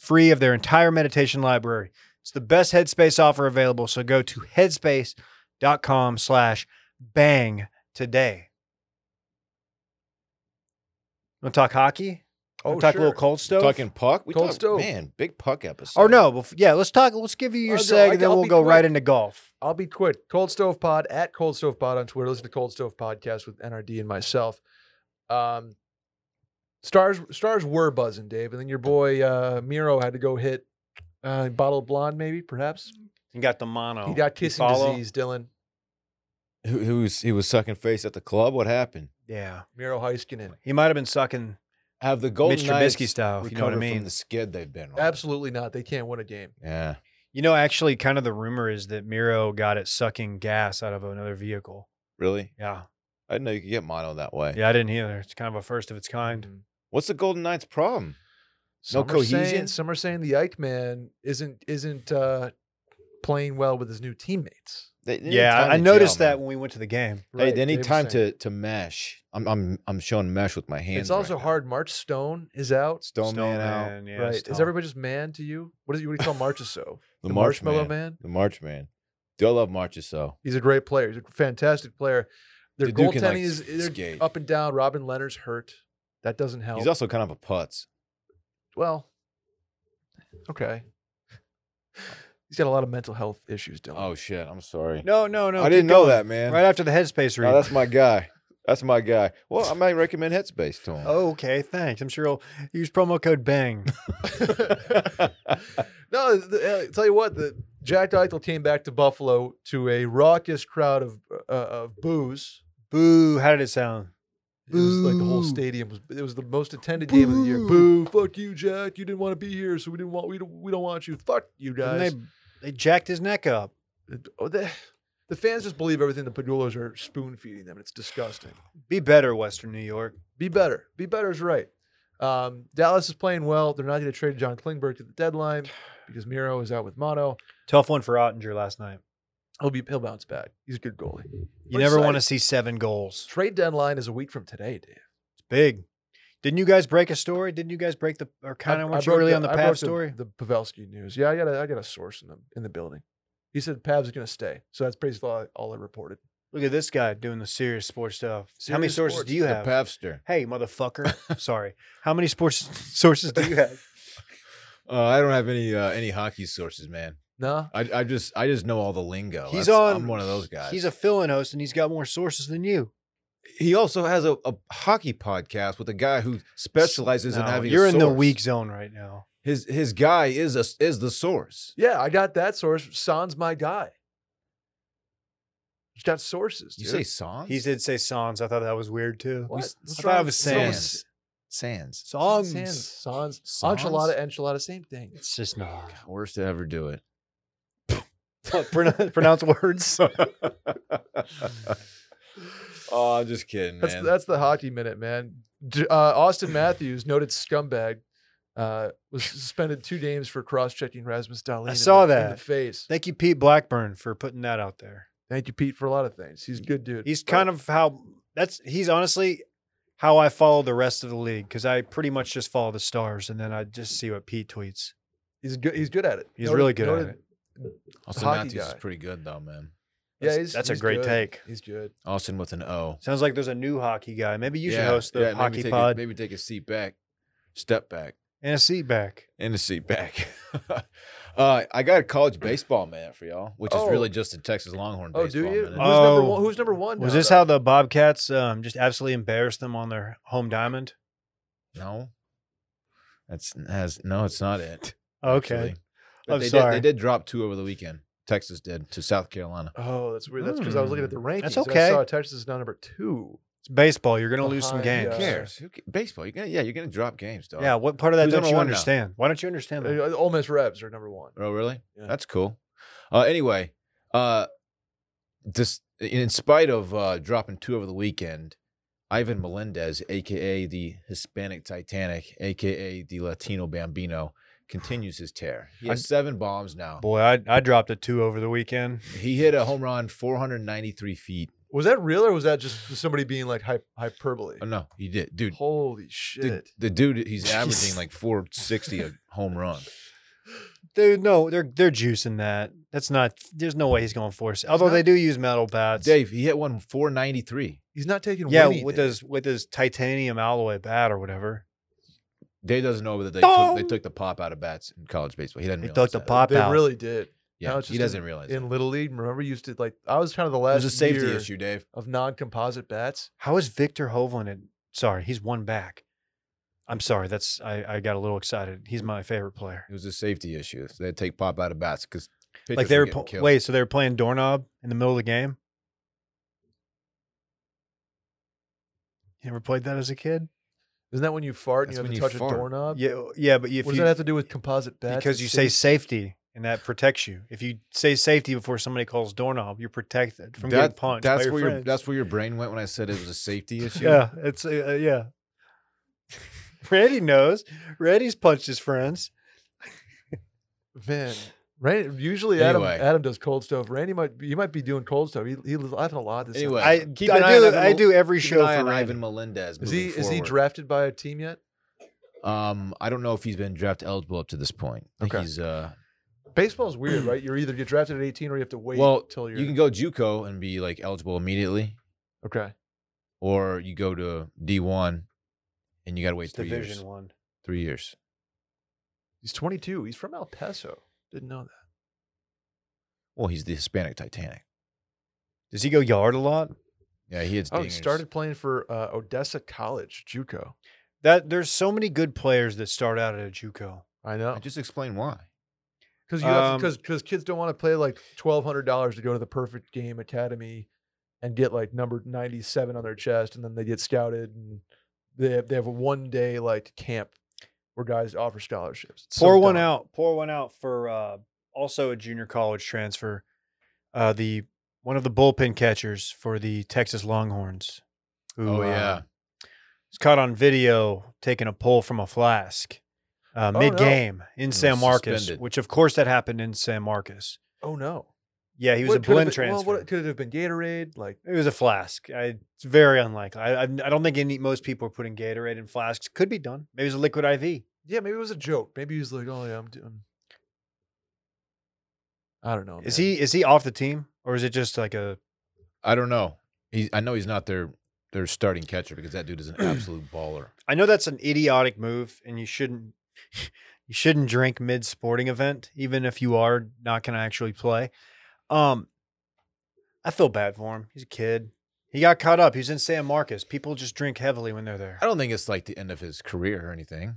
Speaker 2: free of their entire meditation library. It's the best headspace offer available. So go to headspace.com slash bang today. Want to talk hockey?
Speaker 4: Oh,
Speaker 2: Wanna talk a little cold stove?
Speaker 3: Talking puck. We
Speaker 4: Cold
Speaker 3: talk-
Speaker 4: stove.
Speaker 3: Man, big puck episode.
Speaker 2: Or Oh, no, bef- yeah, let's talk. Let's give you your
Speaker 4: I'll go-
Speaker 2: seg,
Speaker 4: I-
Speaker 2: and then
Speaker 4: I'll
Speaker 2: we'll
Speaker 4: be
Speaker 2: go right
Speaker 4: quick.
Speaker 2: into golf.
Speaker 4: I'll be quick. Cold Stove Pod at Cold Stove Pod on Twitter. Listen to Cold Stove Podcast with NRD and myself. Um, stars stars were buzzing, Dave, and then your boy uh, Miro had to go hit uh, bottled blonde, maybe perhaps.
Speaker 2: You got the mono.
Speaker 4: he got kissing disease. Dylan
Speaker 3: Who, who was, he was sucking face at the club. What happened?
Speaker 2: Yeah,
Speaker 4: Miro Heiskanen.
Speaker 3: Oh
Speaker 2: he might have been sucking
Speaker 3: Have the Golden
Speaker 2: Mitch
Speaker 3: Knights
Speaker 2: Trubisky style. If you know what I
Speaker 3: recovered
Speaker 2: mean.
Speaker 3: From the skid they've been on.
Speaker 4: Absolutely not. They can't win a game.
Speaker 3: Yeah.
Speaker 2: You know, actually, kind of the rumor is that Miro got it sucking gas out of another vehicle.
Speaker 3: Really?
Speaker 2: Yeah,
Speaker 3: I didn't know you could get mono that way.
Speaker 2: yeah, I didn't either. It's kind of a first of its kind.
Speaker 4: Mhm.
Speaker 3: What's the Golden Knights' problem?
Speaker 4: Some are
Speaker 3: cohesion?
Speaker 4: Saying, some are saying the Ike man isn't isn't uh, playing well with his new teammates.
Speaker 3: They, they need
Speaker 2: Yeah,
Speaker 3: Eh, time
Speaker 2: I I
Speaker 3: to
Speaker 2: noticed
Speaker 3: gel,
Speaker 2: that
Speaker 3: man.
Speaker 2: when we went to the game.
Speaker 3: Hey, they need
Speaker 4: Dave was
Speaker 3: time
Speaker 4: saying.
Speaker 3: to to mesh. I'm I'm I'm showing mesh with my hands.
Speaker 4: It's also
Speaker 3: right now.
Speaker 4: hard. March Stone is out.
Speaker 3: Stone, man out.
Speaker 2: Stoneman, yeah,
Speaker 4: right.
Speaker 2: it's
Speaker 4: Is
Speaker 2: tough.
Speaker 4: everybody just man to you? What do you, what do you call March so?
Speaker 3: The, marshmallow man.
Speaker 4: man?
Speaker 3: The March man. Do I love Marches so?
Speaker 4: He's a great player. He's a fantastic player. Their
Speaker 3: The dude
Speaker 4: goaltending
Speaker 3: can, like,
Speaker 4: is
Speaker 3: s-
Speaker 4: they're
Speaker 3: skate.
Speaker 4: up and down. Robin Leonard's hurt. That doesn't help.
Speaker 3: He's also kind of a putz.
Speaker 4: well, okay. He's got a lot of mental health issues, Dylan.
Speaker 3: Oh shit! I'm sorry.
Speaker 2: No, no, no.
Speaker 3: I didn't
Speaker 2: keep
Speaker 3: know
Speaker 2: going.
Speaker 3: that, man.
Speaker 2: Right after the headspace read.
Speaker 3: No, that's my guy. That's my guy. Well, I might recommend Headspace to him.
Speaker 2: oh, okay, thanks. I'm sure he'll use promo code BANG.
Speaker 4: No, the, uh, tell you what, the Jack Eichel came back to Buffalo to a raucous crowd of uh, of boos.
Speaker 2: Boo! How did it sound?
Speaker 4: It was like the whole
Speaker 2: Boo.
Speaker 4: stadium was. It was the most attended game of the year.
Speaker 2: Boo.
Speaker 4: Boo! Fuck you, Jack. You didn't want to be here, so we didn't want. We don't. We don't want you. Fuck you
Speaker 2: Didn't
Speaker 4: guys.
Speaker 2: They, they jacked his neck up.
Speaker 4: Oh, the, the fans just believe everything the Padulas are spoon feeding them. It's disgusting.
Speaker 2: Be better, Western New York.
Speaker 4: Be better. Be better is right. Um, Dallas is playing well. They're not going to trade John Klingberg to the deadline because Miro is out with mono.
Speaker 2: Tough one for Ottinger last night.
Speaker 4: He'll be he'll bounce back. He's a good goalie.
Speaker 2: You
Speaker 4: We're
Speaker 2: never want to
Speaker 4: excited.
Speaker 2: see seven goals.
Speaker 4: Trade deadline is a week from today, Dave.
Speaker 2: It's big. Didn't you guys break a story? Didn't you guys break the or kind of
Speaker 4: I
Speaker 2: weren't you
Speaker 4: broke
Speaker 2: really
Speaker 4: the-
Speaker 2: on the
Speaker 4: I
Speaker 2: Pav
Speaker 4: broke
Speaker 2: story?
Speaker 4: The, Pavelski news. Yeah, I got a, I got a source in the in the building. He said Pav's going to stay. So that's basically all I, all I reported.
Speaker 2: Look at this guy doing the serious sports stuff. How many
Speaker 4: Serious
Speaker 2: sources
Speaker 4: sports.
Speaker 2: do you
Speaker 3: the
Speaker 2: have?
Speaker 3: Pavster.
Speaker 2: hey, motherfucker. Sorry. How many sports sources do you have?
Speaker 3: Uh, I don't have any uh, any hockey sources, man.
Speaker 4: Nah.
Speaker 3: I, I just I just know all the lingo.
Speaker 2: He's
Speaker 3: Oh, That's-
Speaker 2: on.
Speaker 3: I'm one of those guys.
Speaker 2: He's a fill-in host, and he's got more sources than you.
Speaker 3: he also has a, a hockey podcast with a guy who specializes in
Speaker 2: No,
Speaker 3: having. a
Speaker 2: you're in the
Speaker 3: source.
Speaker 2: weak zone right now.
Speaker 3: His his guy is a, is the source.
Speaker 4: Yeah, I got that source. San's my guy. He's got sources.
Speaker 3: You
Speaker 4: dude.
Speaker 3: say songs?
Speaker 2: He did say Sans. I thought that was weird too. I
Speaker 4: What? What's
Speaker 2: thought
Speaker 4: wrong
Speaker 2: it was
Speaker 4: with Sans?
Speaker 2: Sans.
Speaker 3: Sands.
Speaker 2: Sans.
Speaker 4: Sans, sans,
Speaker 3: Sans?
Speaker 4: enchilada, enchilada, same thing.
Speaker 2: It's just not
Speaker 3: Worst to ever do it.
Speaker 2: pronounce, pronounce words.
Speaker 3: oh, I'm just kidding,
Speaker 4: That's
Speaker 3: man.
Speaker 4: that's the hockey minute, man. J- Uh, Austin Matthews, noted scumbag, uh, was suspended two games for cross-checking Rasmus Dahlin. in
Speaker 2: saw
Speaker 4: the- in the
Speaker 2: that.
Speaker 4: face.
Speaker 2: Thank you, Pete Blackburn, for putting that out there.
Speaker 4: Thank you, Pete, for a lot of things. He's a good dude.
Speaker 2: He's kind of how that's he's honestly how I follow the rest of the league because I pretty much just follow the stars and then I just see what Pete tweets.
Speaker 4: he's good. He's good at it.
Speaker 2: He's really good at
Speaker 3: Also,
Speaker 4: hockey
Speaker 3: Matthews is
Speaker 4: guy.
Speaker 3: pretty good though, man.
Speaker 4: Yeah,
Speaker 2: That's-
Speaker 4: he's,
Speaker 2: that's a
Speaker 4: he's
Speaker 2: great
Speaker 4: good.
Speaker 2: take.
Speaker 4: He's good.
Speaker 3: Austin with an O.
Speaker 2: Sounds like there's a new hockey guy. Maybe you should
Speaker 3: Yeah,
Speaker 2: host the
Speaker 3: yeah, maybe
Speaker 2: hockey
Speaker 3: take a-
Speaker 2: pod
Speaker 3: maybe take a seat back, step back,
Speaker 2: and a seat back.
Speaker 3: and a seat back. uh, I got a college baseball minute for y'all, which
Speaker 4: Oh.
Speaker 3: is really just a Texas Longhorn
Speaker 4: Oh, do
Speaker 3: baseball
Speaker 4: you? Who's,
Speaker 3: minute.
Speaker 4: number
Speaker 2: Oh.
Speaker 4: one? who's number one?
Speaker 2: Was
Speaker 4: now,
Speaker 2: this
Speaker 4: though?
Speaker 2: how the Bobcats um, just absolutely embarrassed them on their home diamond?
Speaker 3: No, that's has no, it's not it.
Speaker 2: Okay.
Speaker 3: actually. But
Speaker 2: I'm
Speaker 3: they
Speaker 2: sorry.
Speaker 3: Did, they did drop two over the weekend. Texas did to South Carolina.
Speaker 4: Oh, that's weird. That's because I was looking at the rankings.
Speaker 2: Mm. That's
Speaker 4: And I
Speaker 2: okay.
Speaker 4: saw Texas is now number two.
Speaker 2: It's baseball. You're going to lose some games.
Speaker 4: Behind, uh,
Speaker 3: Who
Speaker 4: Yeah.
Speaker 3: cares? Who ca- baseball? You're gonna, yeah, you're gonna drop games, dog.
Speaker 2: Yeah, what part of that
Speaker 3: Who's
Speaker 2: don't
Speaker 3: number
Speaker 2: you
Speaker 3: one now?
Speaker 2: understand? Why don't you understand that?
Speaker 4: Uh, Ole Miss Rebs are number one.
Speaker 3: Oh, really?
Speaker 4: Yeah.
Speaker 3: That's cool. Uh, anyway, uh, this in spite of uh, dropping two over the weekend, Ivan Melendez, aka the Hispanic Titanic, aka the Latino Bambino, continues his tear. He has seven bombs now.
Speaker 2: Boy, I, I dropped a two over the weekend.
Speaker 3: He hit a home run 493 feet.
Speaker 4: Was that real or was that just somebody being like hy- hyperbole?
Speaker 3: Oh no, he did, dude.
Speaker 4: Holy
Speaker 3: The,
Speaker 4: shit!
Speaker 3: the dude, he's averaging
Speaker 2: Jeez.
Speaker 3: like 460 a home run.
Speaker 2: Dude, no, they're they're juicing that. That's not. There's no way he's going to force. It. Although
Speaker 4: not?
Speaker 2: they do use metal bats.
Speaker 3: Dave, he hit one 493.
Speaker 4: He's not taking.
Speaker 2: yeah,
Speaker 4: Winnie
Speaker 2: with
Speaker 4: then.
Speaker 2: his with his titanium alloy bat or whatever.
Speaker 3: Dave doesn't know that they took,
Speaker 2: Dong!
Speaker 3: they took the pop out of bats in college baseball. He doesn't.
Speaker 2: They
Speaker 3: realize
Speaker 2: took the
Speaker 3: that.
Speaker 2: pop
Speaker 4: They
Speaker 2: out.
Speaker 4: really did. Now
Speaker 3: Yeah,
Speaker 4: it's
Speaker 3: he
Speaker 4: just
Speaker 3: doesn't
Speaker 4: in-
Speaker 3: realize.
Speaker 4: in
Speaker 3: that.
Speaker 4: little league. Remember, you used to like I was kind of the
Speaker 3: it
Speaker 4: last
Speaker 3: was a safety
Speaker 4: year
Speaker 3: issue, Dave.
Speaker 4: of non-composite bats.
Speaker 2: How is Victor Hovland? At, sorry, he's one back. I'm sorry. That's I, I got a little excited. He's my favorite player.
Speaker 3: It was a safety issue. So they take pop out of bats because
Speaker 2: like they were pl- wait, so they were playing doorknob in the middle of the game. You ever played that as a kid?
Speaker 4: Isn't that when you fart
Speaker 3: That's
Speaker 4: and you have
Speaker 3: when
Speaker 4: to
Speaker 3: you
Speaker 4: touch
Speaker 3: fart.
Speaker 4: a doorknob?
Speaker 2: Yeah, oh, yeah, but if
Speaker 4: What does
Speaker 2: you
Speaker 4: that have to do with composite bats?
Speaker 2: because
Speaker 4: and
Speaker 2: you say
Speaker 4: safety?
Speaker 2: safety and that protects you. If you say safety before somebody calls doorknob, you're protected from getting
Speaker 3: That,
Speaker 2: punched. by
Speaker 3: that's
Speaker 2: your
Speaker 3: where your,
Speaker 2: friends.
Speaker 3: that's where your brain went when I said it was a safety issue.
Speaker 2: yeah, it's uh, uh, yeah. Randy knows. Randy's punched his friends.
Speaker 4: Man, Randy, usually Adam
Speaker 3: Anyway.
Speaker 4: Adam does cold stove. Randy might be- you might be doing cold stove. He he laughing a lot this
Speaker 3: Anyway,
Speaker 4: time.
Speaker 2: I,
Speaker 3: keep
Speaker 2: I
Speaker 3: an eye on
Speaker 2: do.
Speaker 3: Evan
Speaker 2: I
Speaker 3: Mel-
Speaker 2: do every
Speaker 3: Keep
Speaker 2: show
Speaker 3: an eye
Speaker 2: for
Speaker 3: on
Speaker 2: Randy.
Speaker 3: Ivan Melendez.
Speaker 4: Is he
Speaker 3: moving
Speaker 4: is he
Speaker 3: forward.
Speaker 4: drafted by a team yet?
Speaker 3: Um, I don't know if he's been draft eligible up to this point. I think
Speaker 4: Okay.
Speaker 3: He's uh,
Speaker 4: Baseball's weird, right? You're either get drafted at 18 or you have to wait
Speaker 3: Well,
Speaker 4: till you're
Speaker 3: you can go JUCO and be like eligible immediately,
Speaker 4: okay.
Speaker 3: or you go to D one, and you got to wait
Speaker 2: It's
Speaker 3: three years.
Speaker 2: Division one.
Speaker 3: Three years.
Speaker 4: He's 22. He's from El Paso. Didn't know that.
Speaker 3: Well, he's the Hispanic Titanic.
Speaker 2: Does he go yard a lot?
Speaker 3: Yeah, he had.
Speaker 4: Oh, he
Speaker 3: dingers.
Speaker 4: started playing for uh, Odessa College, JUCO.
Speaker 2: That there's so many good players that start out at a JUCO.
Speaker 4: I know.
Speaker 3: I just explain why.
Speaker 4: Because you have
Speaker 2: Um,
Speaker 4: because because kids don't want to play like twelve hundred dollars to go to the perfect game academy, and get like number ninety seven on their chest, and then they get scouted, and they have, they have a one day like camp where guys offer scholarships. It's so
Speaker 2: pour one
Speaker 4: dumb.
Speaker 2: out. Pour one out for uh, also a junior college transfer. Uh, the one of the bullpen catchers for the Texas Longhorns. Who,
Speaker 3: Oh,
Speaker 2: uh,
Speaker 3: yeah.
Speaker 2: was caught on video taking a pull from a flask uh,
Speaker 4: Oh, no.
Speaker 2: mid game in
Speaker 3: was
Speaker 2: San Marcos,
Speaker 3: suspended.
Speaker 2: which of course that happened in San Marcos.
Speaker 4: Oh no,
Speaker 2: Yeah, he was
Speaker 4: What
Speaker 2: a
Speaker 4: could've
Speaker 2: blend
Speaker 4: been-
Speaker 2: transfer.
Speaker 4: Well, what could it have been? Gatorade, like
Speaker 2: It was a flask. I, it's very unlikely. I, I, I don't think any most people are putting Gatorade in flasks. Could be done. Maybe it was a liquid IV.
Speaker 4: yeah, maybe it was a joke. Maybe he was like, oh yeah, I'm. d- I'm- I don't know.
Speaker 2: Is
Speaker 4: Oh, man.
Speaker 2: he is he off the team or is it just like a?
Speaker 3: I don't know. He, I know he's not their their starting catcher because that dude is an absolute baller.
Speaker 2: I know that's an idiotic move, and you shouldn't you shouldn't drink mid sporting event, even if you are not going to actually play. Um, I feel bad for him. He's a kid. He got caught up. He's in San Marcos. People just drink heavily when they're there.
Speaker 3: I don't think it's like the end of his career or anything.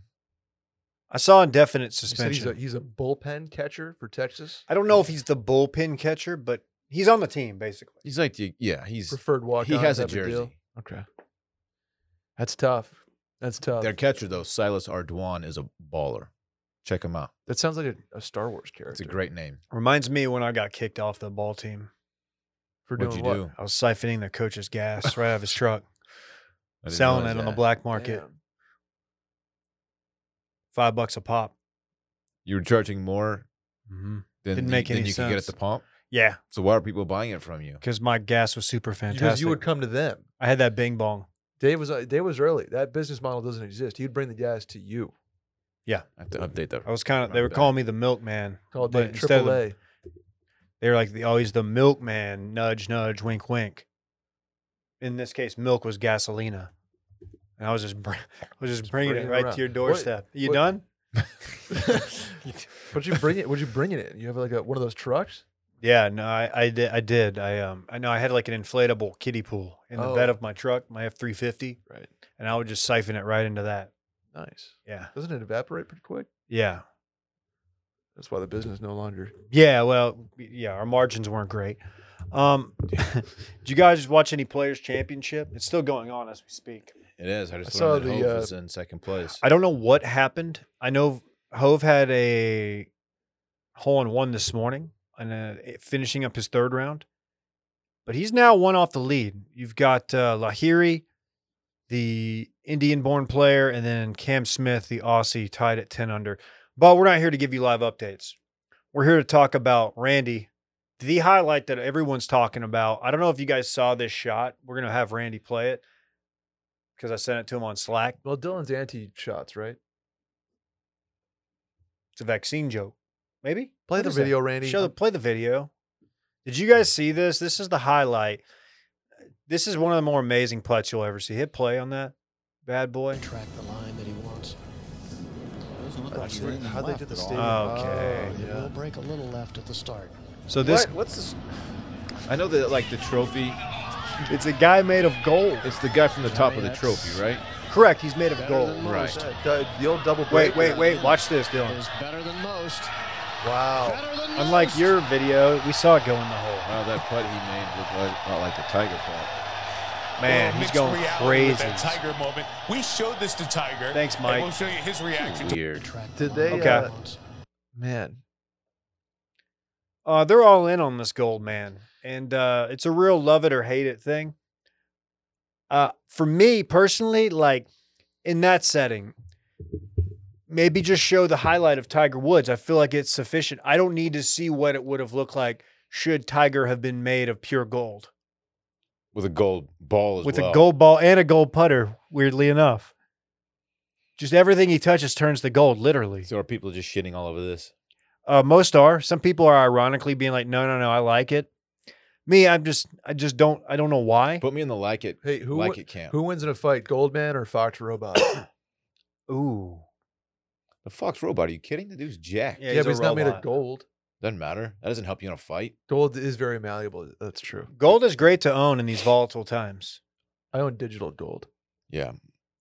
Speaker 2: I saw indefinite
Speaker 4: You said He's a,
Speaker 2: suspension.
Speaker 4: he's a bullpen catcher for Texas.
Speaker 2: I don't know if he's the bullpen catcher, but he's on the team basically.
Speaker 3: He's like the yeah. He's
Speaker 4: Preferred walk.
Speaker 3: he has a jersey.
Speaker 4: Okay. That's tough. That's tough.
Speaker 3: Their catcher though, Silas Arduan, is a baller. Check him out.
Speaker 4: that sounds like a, a Star Wars character.
Speaker 3: It's a great name.
Speaker 2: Reminds me when I got kicked off the ball team.
Speaker 4: for doing
Speaker 3: What'd you
Speaker 4: what?
Speaker 3: do?
Speaker 2: I was siphoning the coach's gas right out of his truck,
Speaker 3: I didn't
Speaker 2: selling it
Speaker 3: realize
Speaker 2: on the
Speaker 3: that.
Speaker 2: black market,
Speaker 4: Damn.
Speaker 2: five bucks a pop.
Speaker 3: You were charging more
Speaker 2: hmm
Speaker 3: than
Speaker 2: Didn't
Speaker 3: you-
Speaker 2: make
Speaker 3: than
Speaker 2: any
Speaker 3: you could get at
Speaker 2: sense.
Speaker 3: the pump.
Speaker 2: Yeah,
Speaker 3: So why are people buying it from you?
Speaker 2: because my gas was super fantastic.
Speaker 4: Because you would come to them.
Speaker 2: I had that bing bong.
Speaker 4: Dave was uh, Dave was early. That business model doesn't exist. He'd bring the gas to you.
Speaker 3: I have to update that. Oh.
Speaker 2: I was kind of they were
Speaker 3: Remember that.
Speaker 2: calling me the milkman.
Speaker 4: Called
Speaker 2: but
Speaker 4: Dave
Speaker 2: instead of the-
Speaker 4: AAA.
Speaker 2: They're like the, always the milkman, nudge, nudge, wink, wink. In this case, milk was gasolina, and I was just br- I was just, bringing,
Speaker 4: bringing
Speaker 2: it
Speaker 4: it
Speaker 2: right
Speaker 4: around.
Speaker 2: to your
Speaker 4: What-
Speaker 2: doorstep. you
Speaker 4: what-
Speaker 2: done?
Speaker 4: But you bring it? Would you bring it in? You have like a, one of those trucks?
Speaker 2: Yeah, no, I, I did. I did. I um, I know I had like an inflatable kiddie pool in the bed
Speaker 4: Oh.
Speaker 2: of my truck, my F three fifty,
Speaker 4: Right.
Speaker 2: and I would just siphon it right into that.
Speaker 4: Nice.
Speaker 2: Yeah,
Speaker 4: Doesn't it evaporate pretty quick?
Speaker 2: yeah,
Speaker 4: That's why the business no longer.
Speaker 2: yeah. Well, yeah, our margins weren't great. Um, did you guys watch any Players Championship? It's still going on as we speak.
Speaker 3: It is. I just
Speaker 4: saw
Speaker 3: learned that
Speaker 4: the,
Speaker 3: Hove
Speaker 4: uh,
Speaker 3: is in second place.
Speaker 2: I don't know what happened. I know Hove had a hole in one this morning and uh, it- finishing up his third round, but he's now one off the lead. You've got uh, Lahiri, the Indian born player, and then Cam Smith, the Aussie, tied at 10 under. But we're not here to give you live updates. We're here to talk about Randy, the highlight that everyone's talking about. I don't know if you guys saw this shot. We're going to have Randy play it because I sent it to him on Slack.
Speaker 4: Well, Dylan's anti shots, right?
Speaker 2: It's a vaccine joke. Maybe
Speaker 4: Play
Speaker 2: What
Speaker 4: the
Speaker 2: is that?
Speaker 4: video, Randy.
Speaker 2: Show the play the video. Did you guys see this? This is the highlight. This is one of the more amazing putts you'll ever see. Hit play on that bad boy.
Speaker 5: track the line that he wants.
Speaker 6: Doesn't look
Speaker 4: I
Speaker 6: like he's
Speaker 4: swear-
Speaker 6: leaning
Speaker 4: how'd they
Speaker 6: left
Speaker 4: do the
Speaker 6: at all.
Speaker 4: stadium?
Speaker 2: Okay.
Speaker 4: Oh,
Speaker 5: He
Speaker 4: yeah.
Speaker 5: will break a little left at the start.
Speaker 2: So this
Speaker 3: What? What's this? I know that like the trophy.
Speaker 2: it's a guy made of gold.
Speaker 3: It's the guy from the top of the
Speaker 5: that's-
Speaker 3: trophy, right?
Speaker 2: Correct. He's made of
Speaker 5: Better
Speaker 2: gold.
Speaker 5: than most.
Speaker 3: Right.
Speaker 4: uh, The, the old double
Speaker 2: Wait,
Speaker 4: break.
Speaker 2: wait, wait. Watch this,
Speaker 5: It
Speaker 2: Dylan.
Speaker 5: is better than most.
Speaker 4: Wow.
Speaker 5: Better than
Speaker 2: Unlike
Speaker 5: most.
Speaker 2: your video, we saw it go in the hole.
Speaker 3: Wow, that putt he made looked like, not like the Tiger putt.
Speaker 2: Man,
Speaker 7: Well,
Speaker 2: he's
Speaker 7: mixed
Speaker 2: going
Speaker 7: reality with
Speaker 2: crazy.
Speaker 7: that Tiger moment. We showed this to Tiger.
Speaker 2: Thanks,
Speaker 7: and
Speaker 2: Mike.
Speaker 7: We'll show you his reaction. to
Speaker 3: Weird.
Speaker 5: Track
Speaker 4: Did
Speaker 5: the line
Speaker 2: they,
Speaker 5: that he
Speaker 2: uh,
Speaker 5: wants.
Speaker 4: Man.
Speaker 2: Uh, they're all in on this gold man, and uh, it's a real love it or hate it thing. Uh, for me personally, like in that setting, maybe just show the highlight of Tiger Woods. I feel like it's sufficient. I don't need to see what it would have looked like should Tiger have been made of pure gold
Speaker 3: With a gold ball as
Speaker 2: with
Speaker 3: well.
Speaker 2: a gold ball and a gold putter. Weirdly enough, just everything he touches turns to gold, literally.
Speaker 3: So are people just shitting all over this?
Speaker 2: Uh, most are. Some people are ironically being like, "No, no, no, I like it." Me, I'm just, I just don't, I don't know why.
Speaker 3: Put me in the like it,
Speaker 4: Hey, who
Speaker 3: like
Speaker 4: win-
Speaker 3: it camp.
Speaker 4: who wins in a fight, Goldman or Fox Robot? yeah,
Speaker 2: Ooh,
Speaker 3: The Fox robot? Are you kidding? The dude's jacked.
Speaker 2: Yeah, he's
Speaker 4: but
Speaker 2: a
Speaker 4: he's not made
Speaker 2: robot.
Speaker 4: of gold.
Speaker 3: Doesn't matter. That doesn't help you in a fight.
Speaker 4: Gold is very malleable. That's true.
Speaker 2: gold is great to own in these volatile times.
Speaker 4: I own digital gold.
Speaker 3: Yeah.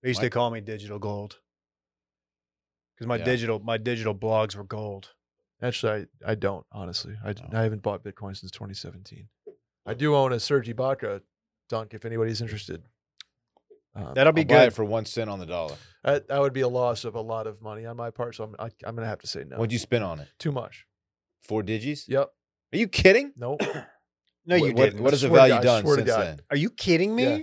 Speaker 2: They used
Speaker 3: Like-
Speaker 2: to call me digital gold because my
Speaker 3: Yeah.
Speaker 2: digital, my digital blogs were gold.
Speaker 4: Actually, I, I don't, honestly. I, d-
Speaker 2: Oh.
Speaker 3: No.
Speaker 4: I haven't bought Bitcoin since 2017. I do own a Serge Ibaka dunk if anybody's interested. Um,
Speaker 2: That'll
Speaker 3: I'll
Speaker 2: be
Speaker 3: buy it
Speaker 2: good.
Speaker 3: for one cent on the dollar.
Speaker 4: that, that would be a loss of a lot of money on my part, so I'm, I, I'm going to have to say no.
Speaker 3: What'd you spend on it?
Speaker 4: Too much.
Speaker 3: Four digits?
Speaker 4: Yep.
Speaker 3: Are you kidding?
Speaker 4: Nope.
Speaker 2: No,
Speaker 3: What-
Speaker 2: you
Speaker 3: what,
Speaker 2: didn't.
Speaker 3: What has the
Speaker 4: Swear to
Speaker 3: value
Speaker 4: God,
Speaker 3: done
Speaker 4: swear to
Speaker 3: since
Speaker 4: God.
Speaker 3: then?
Speaker 2: Are you kidding me?
Speaker 4: Yeah.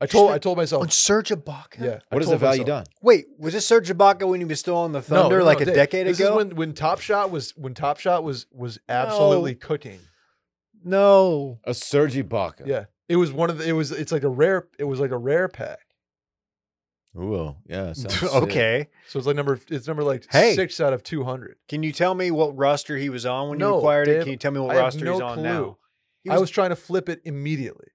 Speaker 4: I
Speaker 2: Just
Speaker 4: told I
Speaker 2: like-
Speaker 4: told myself.
Speaker 2: On Serge Ibaka?
Speaker 4: Yeah. I
Speaker 3: What has the
Speaker 4: told
Speaker 3: value done?
Speaker 4: myself-
Speaker 2: Wait, was this Serge Ibaka when he was still on the Thunder like a
Speaker 4: Dave,
Speaker 2: decade
Speaker 4: this
Speaker 2: ago?
Speaker 4: is when when Top Shot was when Top Shot was was absolutely cooking.
Speaker 2: no.
Speaker 3: A Serge Ibaka.
Speaker 4: Yeah. It was one of the, it was it's like a rare it was like a rare pack.
Speaker 3: Ooh, yeah. sounds sick.
Speaker 2: okay.
Speaker 4: So it's like number it's number like
Speaker 2: Hey.
Speaker 4: 6 out of 200.
Speaker 2: Can you tell me what roster he was on when you
Speaker 4: No,
Speaker 2: acquired it?
Speaker 4: Dave,
Speaker 2: Can you tell me
Speaker 4: I
Speaker 2: what
Speaker 4: have
Speaker 2: roster he's
Speaker 4: no
Speaker 2: on
Speaker 4: clue.
Speaker 2: now? He
Speaker 4: I
Speaker 2: was-
Speaker 4: was trying to flip it immediately.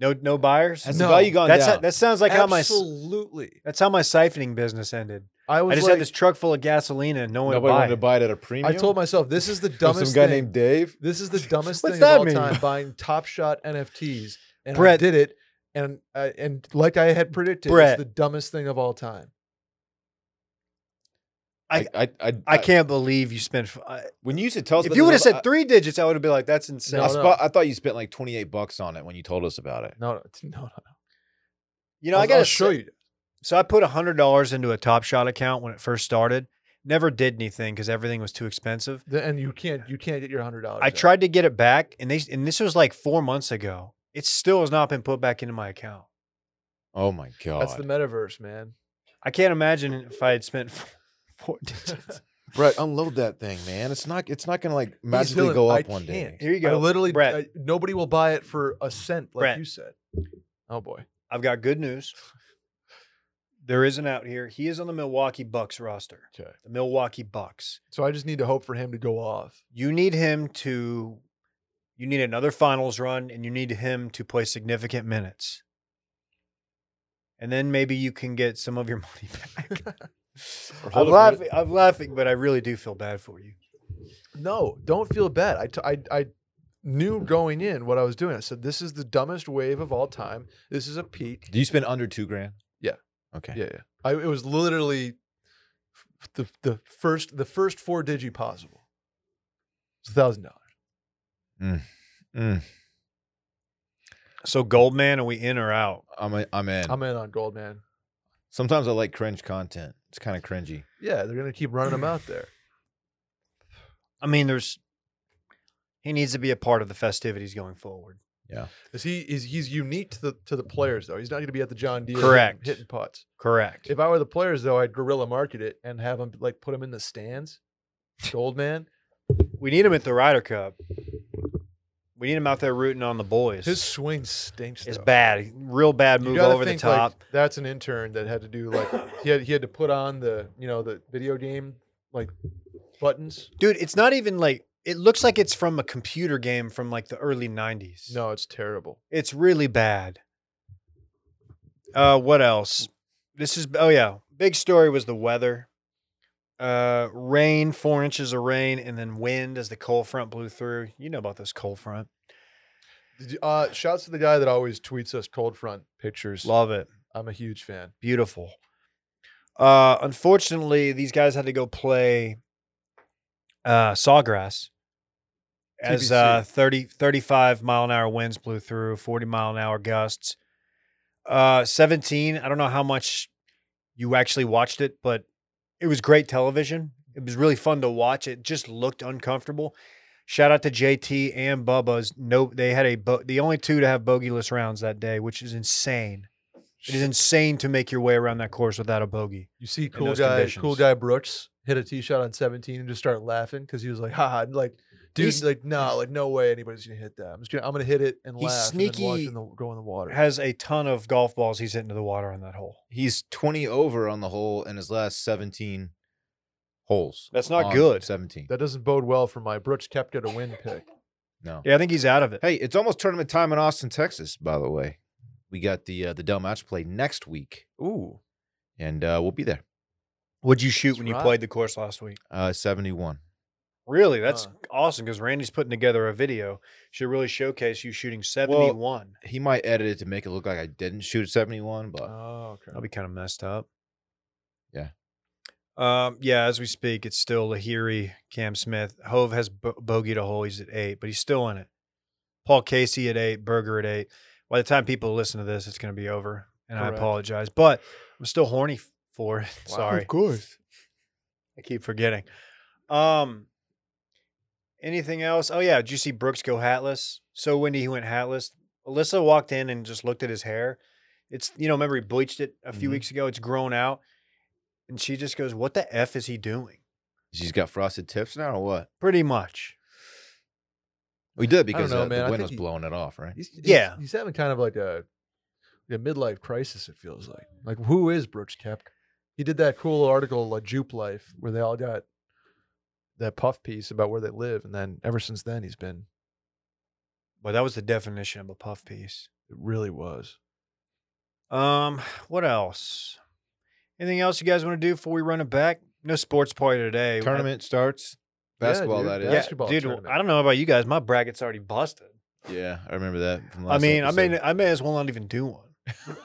Speaker 2: No, no buyers.
Speaker 3: Has
Speaker 4: No.
Speaker 3: the value gone
Speaker 2: That's
Speaker 3: down?
Speaker 2: how, that sounds like how my s-
Speaker 4: Absolutely.
Speaker 2: that's how my siphoning business ended.
Speaker 4: I
Speaker 2: I,
Speaker 4: was
Speaker 2: just
Speaker 4: like,
Speaker 2: had this truck full of gasoline and no one
Speaker 3: Nobody wanted to
Speaker 2: would buy.
Speaker 3: buy it at a premium.
Speaker 4: I told myself this is the
Speaker 3: From
Speaker 4: dumbest
Speaker 3: some guy
Speaker 4: thing.
Speaker 3: named Dave.
Speaker 4: this is the dumbest
Speaker 2: What's
Speaker 4: thing of
Speaker 2: that
Speaker 4: all
Speaker 2: mean?
Speaker 4: time buying Top Shot NFTs and
Speaker 2: Brett.
Speaker 4: I did it and I, and like I had predicted
Speaker 2: Brett.
Speaker 4: it's the dumbest thing of all time.
Speaker 2: I-
Speaker 3: I, I, I,
Speaker 2: I can't believe you spent. f- I-
Speaker 3: When you used to tell us,
Speaker 2: if you would have said three digits, I would have been like, "That's insane."
Speaker 3: I,
Speaker 4: No, no.
Speaker 3: spot- I thought you spent like twenty eight bucks on it when you told us about it.
Speaker 4: No, no, no, no.
Speaker 2: You know, i
Speaker 4: I'll-
Speaker 2: gotta
Speaker 4: I'll show
Speaker 2: say-
Speaker 4: you.
Speaker 2: So I put hundred dollars into a Top Shot account when it first started. Never did anything because everything was too expensive.
Speaker 4: The- and you can't you can't get your hundred dollars.
Speaker 2: I tried to get it back, and they and this was like four months ago. It still has not been put back into my account.
Speaker 3: Oh my god!
Speaker 4: That's the metaverse, man.
Speaker 2: I can't imagine if I had spent four, four digits.
Speaker 3: Brett, unload that thing, man. It's not. It's not gonna like magically
Speaker 4: Dylan,
Speaker 3: go
Speaker 4: I
Speaker 3: up one day.
Speaker 4: can't.
Speaker 2: Here you
Speaker 4: I
Speaker 2: go,
Speaker 4: literally,
Speaker 2: Brett.
Speaker 4: I- nobody will buy it for a cent, like
Speaker 2: Brett.
Speaker 4: you said. Oh boy,
Speaker 2: I've got good news. There is an out here. He is on the Milwaukee Bucks roster.
Speaker 4: Okay.
Speaker 2: The Milwaukee Bucks.
Speaker 4: So I just need to hope for him to go off.
Speaker 2: You need him to you need another finals run and you need him to play significant minutes. And then maybe you can get some of your money back.
Speaker 4: Or hold
Speaker 2: I'm
Speaker 4: him-
Speaker 2: laughing, I'm laughing, but I really do feel bad for you.
Speaker 4: No, don't feel bad. I, t- I, I knew going in what I was doing. I said, this is the dumbest wave of all time. This is a peak.
Speaker 3: Do you spend under two grand?
Speaker 4: Yeah.
Speaker 3: Okay.
Speaker 4: Yeah, yeah. I, it was literally f- the, the first the first four digi possible. It's a thousand dollars.
Speaker 3: Mm,
Speaker 2: So Goldman, are we in or out?
Speaker 3: I'm a, I'm in.
Speaker 4: I'm in on gold, man.
Speaker 3: Sometimes I like cringe content. It's kind of cringy.
Speaker 4: Yeah, they're gonna keep running them out there.
Speaker 2: I mean, there's he needs to be a part of the festivities going forward.
Speaker 4: Is he is he's unique to the to the players though? He's not gonna be at the John Deere hitting-
Speaker 2: Correct.
Speaker 4: hitting putts.
Speaker 2: Correct.
Speaker 4: If I were the players though, I'd guerrilla market it and have them like put them in the stands. Gold man,
Speaker 2: we need him at the Ryder Cup. We need him out there rooting on the boys.
Speaker 4: his swing stinks.
Speaker 2: It's
Speaker 4: though.
Speaker 2: bad, real bad
Speaker 4: You
Speaker 2: move
Speaker 4: gotta
Speaker 2: over the
Speaker 4: think, like,
Speaker 2: top.
Speaker 4: that's an intern that had to do like he had he had to put on the you know the video game like buttons.
Speaker 2: Dude, it's not even like it looks like it's from a computer game from like the early 90s.
Speaker 4: No, it's terrible.
Speaker 2: It's really bad. Uh what else? This is oh yeah, big story was the weather. Uh rain, 4 inches of rain and then wind as the cold front blew through. You know about this cold front.
Speaker 4: Did you- Uh, shouts to the guy that always tweets us cold front pictures.
Speaker 2: Love it.
Speaker 4: I'm a huge fan.
Speaker 2: Beautiful. Uh, unfortunately, these guys had to go play uh, Sawgrass as
Speaker 4: TBC.
Speaker 2: uh, 30, 35 mile an hour winds blew through, 40 mile an hour gusts. Uh, 17, I don't know how much you actually watched it, but it was great television. It was really fun to watch. It just looked uncomfortable. Shout out to JT and Bubba's. No, they had a bo- the only two to have bogeyless rounds that day, which is insane. It is insane to make your way around that course without a bogey.
Speaker 4: You see, cool
Speaker 2: those
Speaker 4: guy, cool
Speaker 2: conditions.
Speaker 4: guy Brooks hit a tee shot on 17 and just started laughing because he was like, "Ha, ha," like, dude,
Speaker 2: He's-
Speaker 4: like, no, like, no way anybody's gonna hit that. I'm just gonna, I'm gonna hit it and
Speaker 2: He's
Speaker 4: laugh and then watch
Speaker 2: sneaky-
Speaker 4: it in the, go in the water."
Speaker 2: Has a ton of golf balls he's hitting to the water on that hole.
Speaker 3: He's 20 over on the hole in his last 17 holes.
Speaker 2: That's not
Speaker 3: on
Speaker 2: good.
Speaker 3: 17.
Speaker 4: that doesn't bode well for my Brooks kept it a win pick.
Speaker 3: no.
Speaker 2: Yeah, I think he's out of it.
Speaker 3: Hey, it's almost tournament time in Austin, Texas. By the way, we got the uh, the Dell match play next week,
Speaker 4: Ooh,
Speaker 3: and uh, we'll be there.
Speaker 2: What'd you shoot
Speaker 4: That's
Speaker 2: when you
Speaker 4: right.
Speaker 2: played the course last week?
Speaker 3: Uh, 71.
Speaker 2: Really? That's
Speaker 4: Huh.
Speaker 2: awesome because Randy's putting together a video. Should really showcase you shooting 71.
Speaker 3: He might edit it to make it look like I didn't shoot 71, but
Speaker 4: oh,
Speaker 2: That'll
Speaker 4: okay.
Speaker 2: be kind of messed up.
Speaker 3: Yeah.
Speaker 2: Um, yeah, as we speak, it's still Lahiri, Cam Smith. Hove has bo- bogeyed a hole. He's at eight, but he's still in it. Paul Casey at eight, Berger at eight. By the time people listen to this, it's going to be over, and
Speaker 4: Correct.
Speaker 2: I apologize, but I'm still horny f- for it.
Speaker 4: Wow.
Speaker 2: Sorry,
Speaker 4: Of course.
Speaker 2: I keep forgetting. Um, anything else? Oh yeah, did you see Brooks go hatless? So windy, he went hatless. Alyssa walked in and just looked at his hair. It's you know, remember he bleached it a
Speaker 4: Mm-hmm.
Speaker 2: few
Speaker 3: Mhm.
Speaker 2: weeks ago. It's grown out, and she just goes, "What the f is he doing?"
Speaker 3: she's got frosted tips now or what?
Speaker 2: Pretty much.
Speaker 3: We did because
Speaker 4: know,
Speaker 3: uh,
Speaker 4: man. I
Speaker 3: the wind
Speaker 4: think
Speaker 3: was
Speaker 4: he-
Speaker 3: blowing it off, right?
Speaker 4: He's, he's,
Speaker 2: Yeah.
Speaker 4: he's having kind of like a, a midlife crisis. It feels like. Like, who is Brooks kept? He did that cool article, La Jupe Life, where they all got that puff piece about where they live, and then ever since then, he's been.
Speaker 2: Well, that was the definition of a puff piece.
Speaker 4: It really was.
Speaker 2: Um, what else? Anything else you guys want to do before we run it back? No sports party today. I-
Speaker 3: Tournament starts.
Speaker 4: Yeah,
Speaker 3: Basketball,
Speaker 4: dude,
Speaker 3: that
Speaker 2: Yeah,
Speaker 3: is.
Speaker 4: basketball
Speaker 2: dude.
Speaker 4: tournament.
Speaker 2: I don't know about you guys. My bracket's already busted.
Speaker 3: Yeah, I remember that. From
Speaker 2: I
Speaker 3: last
Speaker 2: mean, I may
Speaker 3: episode.
Speaker 2: I may as well not even do one.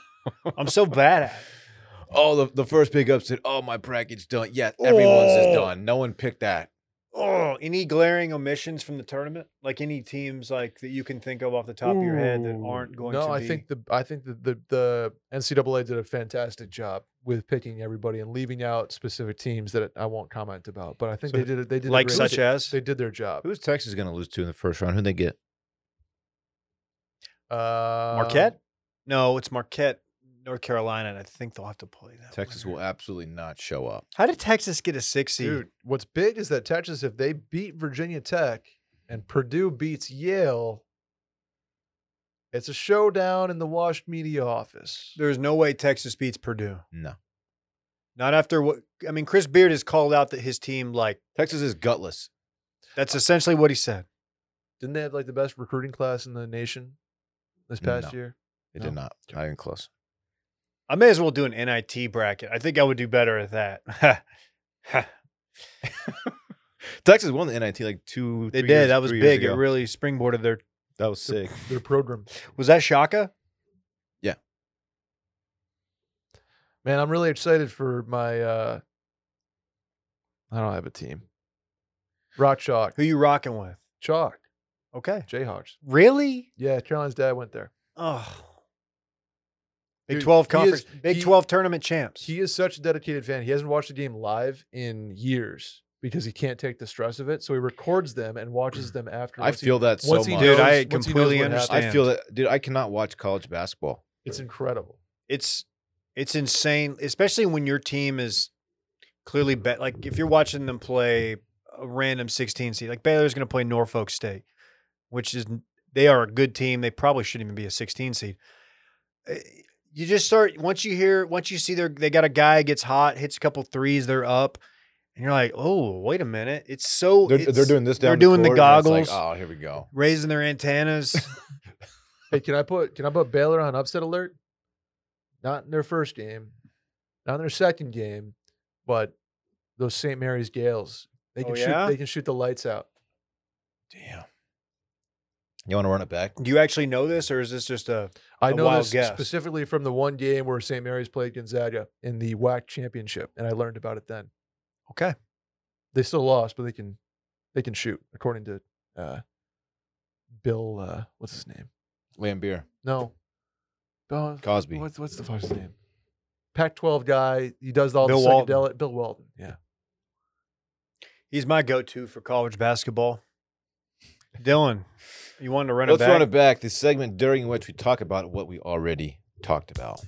Speaker 2: I'm so bad at it.
Speaker 3: Oh, the, the first big up said, "Oh, my bracket's done." Yeah, everyone's is
Speaker 2: Oh.
Speaker 3: done. No one picked that.
Speaker 2: Oh, any glaring omissions from the tournament? Like any teams like that you can think of off the top of your head that
Speaker 4: Ooh.
Speaker 2: aren't going
Speaker 4: no,
Speaker 2: to
Speaker 4: I
Speaker 2: be
Speaker 4: think the I think the, the the NCAA did a fantastic job with picking everybody and leaving out specific teams that I won't comment about. But I think
Speaker 2: So,
Speaker 4: they did it. They did a
Speaker 2: like
Speaker 4: great
Speaker 2: such
Speaker 4: job.
Speaker 2: as
Speaker 4: they did their job.
Speaker 3: Who's Texas going to lose to in the first round? Who they get?
Speaker 4: Uh,
Speaker 2: Marquette? no, it's Marquette, North Carolina, and I think they'll have to play that.
Speaker 3: Texas
Speaker 2: winner.
Speaker 3: will absolutely not show up.
Speaker 2: How did Texas get a six seed?
Speaker 4: Dude, what's big is that Texas, if they beat Virginia Tech and Purdue beats Yale, it's a showdown in the Wash Media office.
Speaker 2: There's no way Texas beats Purdue.
Speaker 3: No.
Speaker 2: Not after what I mean. Chris Beard has called out that his team like
Speaker 3: Texas is gutless.
Speaker 2: that's essentially what he said.
Speaker 4: Didn't they have like the best recruiting class in the nation this past
Speaker 3: No.
Speaker 4: year?
Speaker 3: It
Speaker 4: No.
Speaker 3: did not. Not even close.
Speaker 2: I may as well do an NIT bracket. I think I would do better at that.
Speaker 3: Texas won the NIT like two.
Speaker 2: they
Speaker 3: three
Speaker 2: did.
Speaker 3: years-
Speaker 2: that was
Speaker 3: three years
Speaker 2: big. It
Speaker 3: ago.
Speaker 2: really springboarded their.
Speaker 3: that was sick.
Speaker 4: Their program.
Speaker 2: Was that Shaka?
Speaker 4: Man, I'm really excited for my. uh I don't have a team. Rock Chalk.
Speaker 2: Who you rocking with?
Speaker 4: Chalk.
Speaker 2: Okay.
Speaker 4: Jayhawks.
Speaker 2: Really?
Speaker 4: Yeah, Caroline's dad went there.
Speaker 2: Oh. Big
Speaker 4: Dude,
Speaker 2: 12
Speaker 4: he is-
Speaker 2: conference. Big
Speaker 4: he-
Speaker 2: 12 tournament champs.
Speaker 4: He is such a dedicated fan. He hasn't watched a game live in years because he can't take the stress of it. So he records them and watches them after.
Speaker 3: I
Speaker 4: once he-
Speaker 3: feel that so
Speaker 4: once
Speaker 3: much.
Speaker 4: he
Speaker 2: Dude,
Speaker 4: knows-
Speaker 2: I
Speaker 4: once he knows
Speaker 2: completely
Speaker 4: what happened.
Speaker 2: understand.
Speaker 3: I feel that, dude. I cannot watch college basketball.
Speaker 4: It's incredible.
Speaker 2: it's it's insane, especially when your team is clearly bet. Like if you're watching them play a random 16 seed, like Baylor's going to play Norfolk State, which is they are a good team. They probably shouldn't even be a 16 seed. Uh, You just start once you hear once you see their they got a guy gets hot, hits a couple threes, they're up, and you're like, oh wait a minute, it's so
Speaker 3: They're,
Speaker 2: it's
Speaker 3: they're doing this.
Speaker 2: they're
Speaker 3: Down
Speaker 2: doing the
Speaker 3: court, and it's
Speaker 2: goggles.
Speaker 3: Like, oh, here we go.
Speaker 2: raising their antennas.
Speaker 4: Hey, can I put can I put Baylor on upset alert? Not in their first game, not in their second game, but those St. Mary's Gales. They
Speaker 2: Oh,
Speaker 4: can
Speaker 2: yeah?
Speaker 4: shoot they can shoot the lights out.
Speaker 3: Damn. You want to run it back?
Speaker 2: Do you actually know this, or is this just a
Speaker 4: I
Speaker 2: A
Speaker 4: know
Speaker 2: wild
Speaker 4: this
Speaker 2: guess.
Speaker 4: specifically from the one game where St. Mary's played Gonzaga in the WAC championship, and I learned about it then.
Speaker 2: okay?
Speaker 4: They still lost, but they can they can shoot, according to uh, Bill uh, what's his name?
Speaker 3: Lambeer,
Speaker 4: No. Bill
Speaker 3: Cosby.
Speaker 4: what's what's the fuck's name? Pac twelve guy. He does all
Speaker 2: Bill
Speaker 4: the
Speaker 2: Walton.
Speaker 4: psychedelic Bill Walton. Yeah.
Speaker 2: He's my go-to for college basketball. Dylan, you wanted to run it
Speaker 3: Let's
Speaker 2: back.
Speaker 3: run it back. The segment during which we talk about what we already talked about.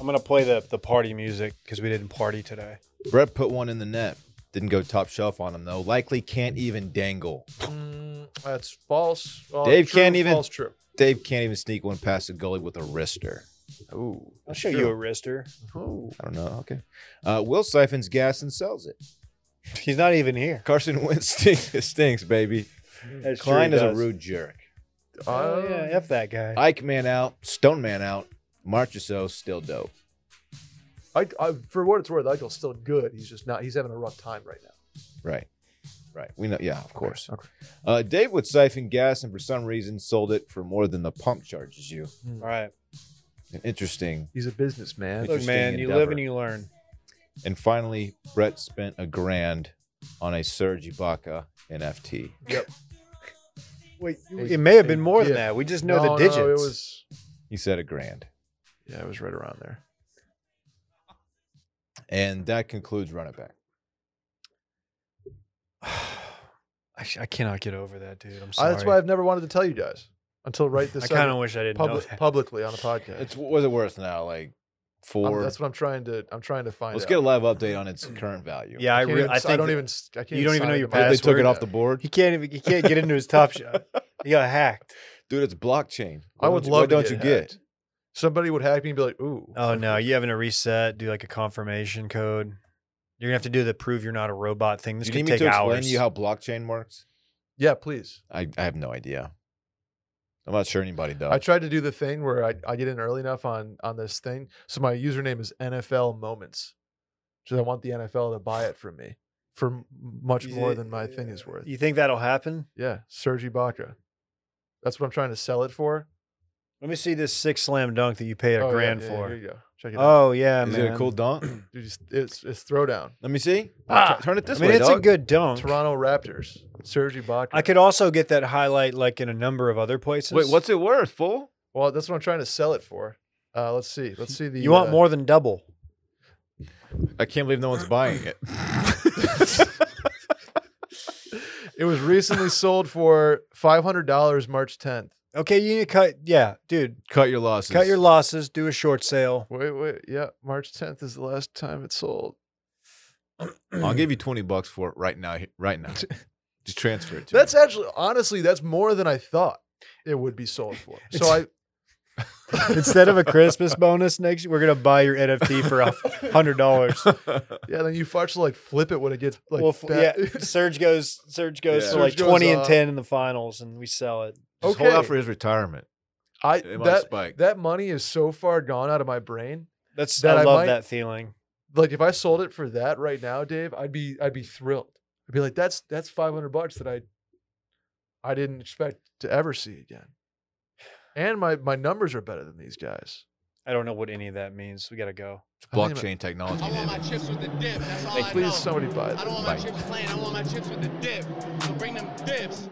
Speaker 2: I'm gonna play the the party music because we didn't party today.
Speaker 3: Brett put one in the net. Didn't go top shelf on him though. Likely can't even dangle.
Speaker 4: Mm, that's false. Uh,
Speaker 3: Dave
Speaker 4: true,
Speaker 3: can't even-
Speaker 4: False true.
Speaker 3: Dave can't even sneak one past the goalie with a wrister.
Speaker 4: Oh,
Speaker 2: I'll show you a wrister.
Speaker 3: I don't know. Okay. Uh, Will siphons gas and sells it.
Speaker 2: He's not even here.
Speaker 3: Carson Wentz stinks, it stinks baby.
Speaker 2: That's true,
Speaker 3: Klein
Speaker 2: he
Speaker 3: is a
Speaker 2: does.
Speaker 3: rude jerk.
Speaker 2: Oh
Speaker 4: Uh,
Speaker 2: yeah, f that guy.
Speaker 3: Ike man out. Stone man out. Marchessault still dope.
Speaker 4: I, I, for what it's worth, Eichel's still good. He's just not. He's having a rough time right now.
Speaker 3: Right. Right. We know. Yeah, of course.
Speaker 4: okay.
Speaker 3: Uh, Dave would siphon gas and for some reason sold it for more than the pump charges you.
Speaker 2: All right,
Speaker 3: An interesting.
Speaker 4: He's a businessman.
Speaker 2: look,
Speaker 3: Interesting
Speaker 2: man, you
Speaker 3: endeavor.
Speaker 2: live and you learn.
Speaker 3: And finally, Brett spent a grand on a Serge Ibaka NFT.
Speaker 2: Wait,
Speaker 4: Hey,
Speaker 2: it may have been
Speaker 4: hey,
Speaker 2: more than
Speaker 4: yeah.
Speaker 2: that. We just know the
Speaker 4: No,
Speaker 2: digits.
Speaker 4: No, it was.
Speaker 3: He said a grand.
Speaker 4: Yeah, it was right around there.
Speaker 3: And that concludes Run It Back.
Speaker 2: I, sh- I cannot get over that, dude. I'm
Speaker 4: I,
Speaker 2: sorry.
Speaker 4: that's why I've never wanted to tell you guys until right this
Speaker 2: I
Speaker 4: second,
Speaker 2: kind of wish I didn't know
Speaker 4: public,
Speaker 2: that.
Speaker 4: publicly on a podcast.
Speaker 3: It's was it worth now? Like
Speaker 4: I'm-
Speaker 3: 4
Speaker 2: Um,
Speaker 4: that's what I'm trying to. I'm trying to find.
Speaker 3: Let's
Speaker 4: out.
Speaker 3: get a live update on its current value.
Speaker 2: Yeah, I,
Speaker 4: can't
Speaker 2: re-
Speaker 4: even-
Speaker 2: I think
Speaker 4: don't
Speaker 2: that-
Speaker 4: even. I can't
Speaker 2: you don't even know
Speaker 4: sign
Speaker 2: your
Speaker 4: it.
Speaker 3: They- they took it
Speaker 2: password.
Speaker 3: off the board.
Speaker 2: he can't even he can't get into his top shot. He got hacked.
Speaker 3: Dude, it's blockchain.
Speaker 4: I
Speaker 3: Why
Speaker 4: would
Speaker 3: don't you-
Speaker 4: love.
Speaker 3: Why
Speaker 4: to
Speaker 3: don't you
Speaker 4: hacked.
Speaker 3: get?
Speaker 4: Somebody would hack me and be like, "Ooh,
Speaker 2: Oh no, you having to reset, do like a confirmation code. You're gonna have to do the prove you're not a robot thing. This
Speaker 3: you
Speaker 2: could
Speaker 3: need me
Speaker 2: take
Speaker 3: to explain
Speaker 2: hours.
Speaker 3: to you how blockchain works?
Speaker 4: yeah, please."
Speaker 3: I, I have no idea. I'm not sure anybody does.
Speaker 4: I tried to do the thing where I, I get in early enough on on this thing. So my username is NFL Moments. So I want the NFL to buy it from me for m- much
Speaker 2: You
Speaker 4: more
Speaker 2: thi-
Speaker 4: than my thing is worth.
Speaker 2: You think that'll happen?
Speaker 4: Yeah, Serge Ibaka. That's what I'm trying to sell it for.
Speaker 2: Let me see this six slam dunk that you paid a
Speaker 4: Oh, yeah,
Speaker 2: grand
Speaker 4: yeah,
Speaker 2: for.
Speaker 4: Here you go. Check it out.
Speaker 2: oh yeah,
Speaker 3: Is
Speaker 2: man.
Speaker 3: it a cool dunk?
Speaker 4: Dude, it's, it's it's throwdown.
Speaker 3: Let me see.
Speaker 2: Ah!
Speaker 3: Turn it this
Speaker 2: I mean,
Speaker 3: way.
Speaker 2: it's a
Speaker 3: dog.
Speaker 2: good dunk.
Speaker 4: Toronto Raptors. Serge Ibaka.
Speaker 2: I could also get that highlight like in a number of other places.
Speaker 3: Wait, what's it worth, fool?
Speaker 4: Well, that's what I'm trying to sell it for. Uh, let's see. Let's see the.
Speaker 2: you want
Speaker 4: uh,
Speaker 2: more than double?
Speaker 3: I can't believe no one's buying it.
Speaker 4: It was recently sold for five hundred dollars March 10th.
Speaker 2: Okay, you need to cut. Yeah, dude,
Speaker 3: Cut your losses.
Speaker 2: cut your losses. Do a short sale.
Speaker 4: Wait, wait, yeah, March 10th is the last time it sold.
Speaker 3: I'll give you twenty bucks for it right now. Right now, just transfer it to
Speaker 4: That's
Speaker 3: me.
Speaker 4: actually honestly, that's more than I thought it would be sold for. So I
Speaker 2: Instead of a Christmas bonus next, we're gonna buy your NFT for a hundred dollars.
Speaker 4: Yeah, then you fudge to like flip it when it gets like
Speaker 2: well, f-
Speaker 4: back-
Speaker 2: yeah, Serge goes. Serge goes
Speaker 3: Yeah.
Speaker 2: for like
Speaker 4: Serge goes uh,
Speaker 2: twenty and
Speaker 4: off.
Speaker 2: ten in the finals, and we sell it.
Speaker 3: Just hold out for his retirement.
Speaker 4: I
Speaker 3: It might
Speaker 4: that
Speaker 3: spike.
Speaker 4: that money is so far gone out of my brain.
Speaker 2: That's
Speaker 4: That
Speaker 2: I
Speaker 4: I
Speaker 2: love
Speaker 4: might-
Speaker 2: that feeling.
Speaker 4: Like if I sold it for that right now, Dave, I'd be I'd be thrilled. I'd be like, that's that's five hundred bucks that I I didn't expect to ever see again. And my my numbers are better than these guys.
Speaker 2: I don't know what any of that means. We gotta go.
Speaker 4: I don't even-
Speaker 3: Blockchain technology.
Speaker 8: I want
Speaker 3: David.
Speaker 8: my chips with the dip. That's all I know.
Speaker 4: Please, somebody buy
Speaker 8: I
Speaker 4: it.
Speaker 8: don't want my
Speaker 3: Bye.
Speaker 8: chips plain. I want my chips with the dip. So bring them dips.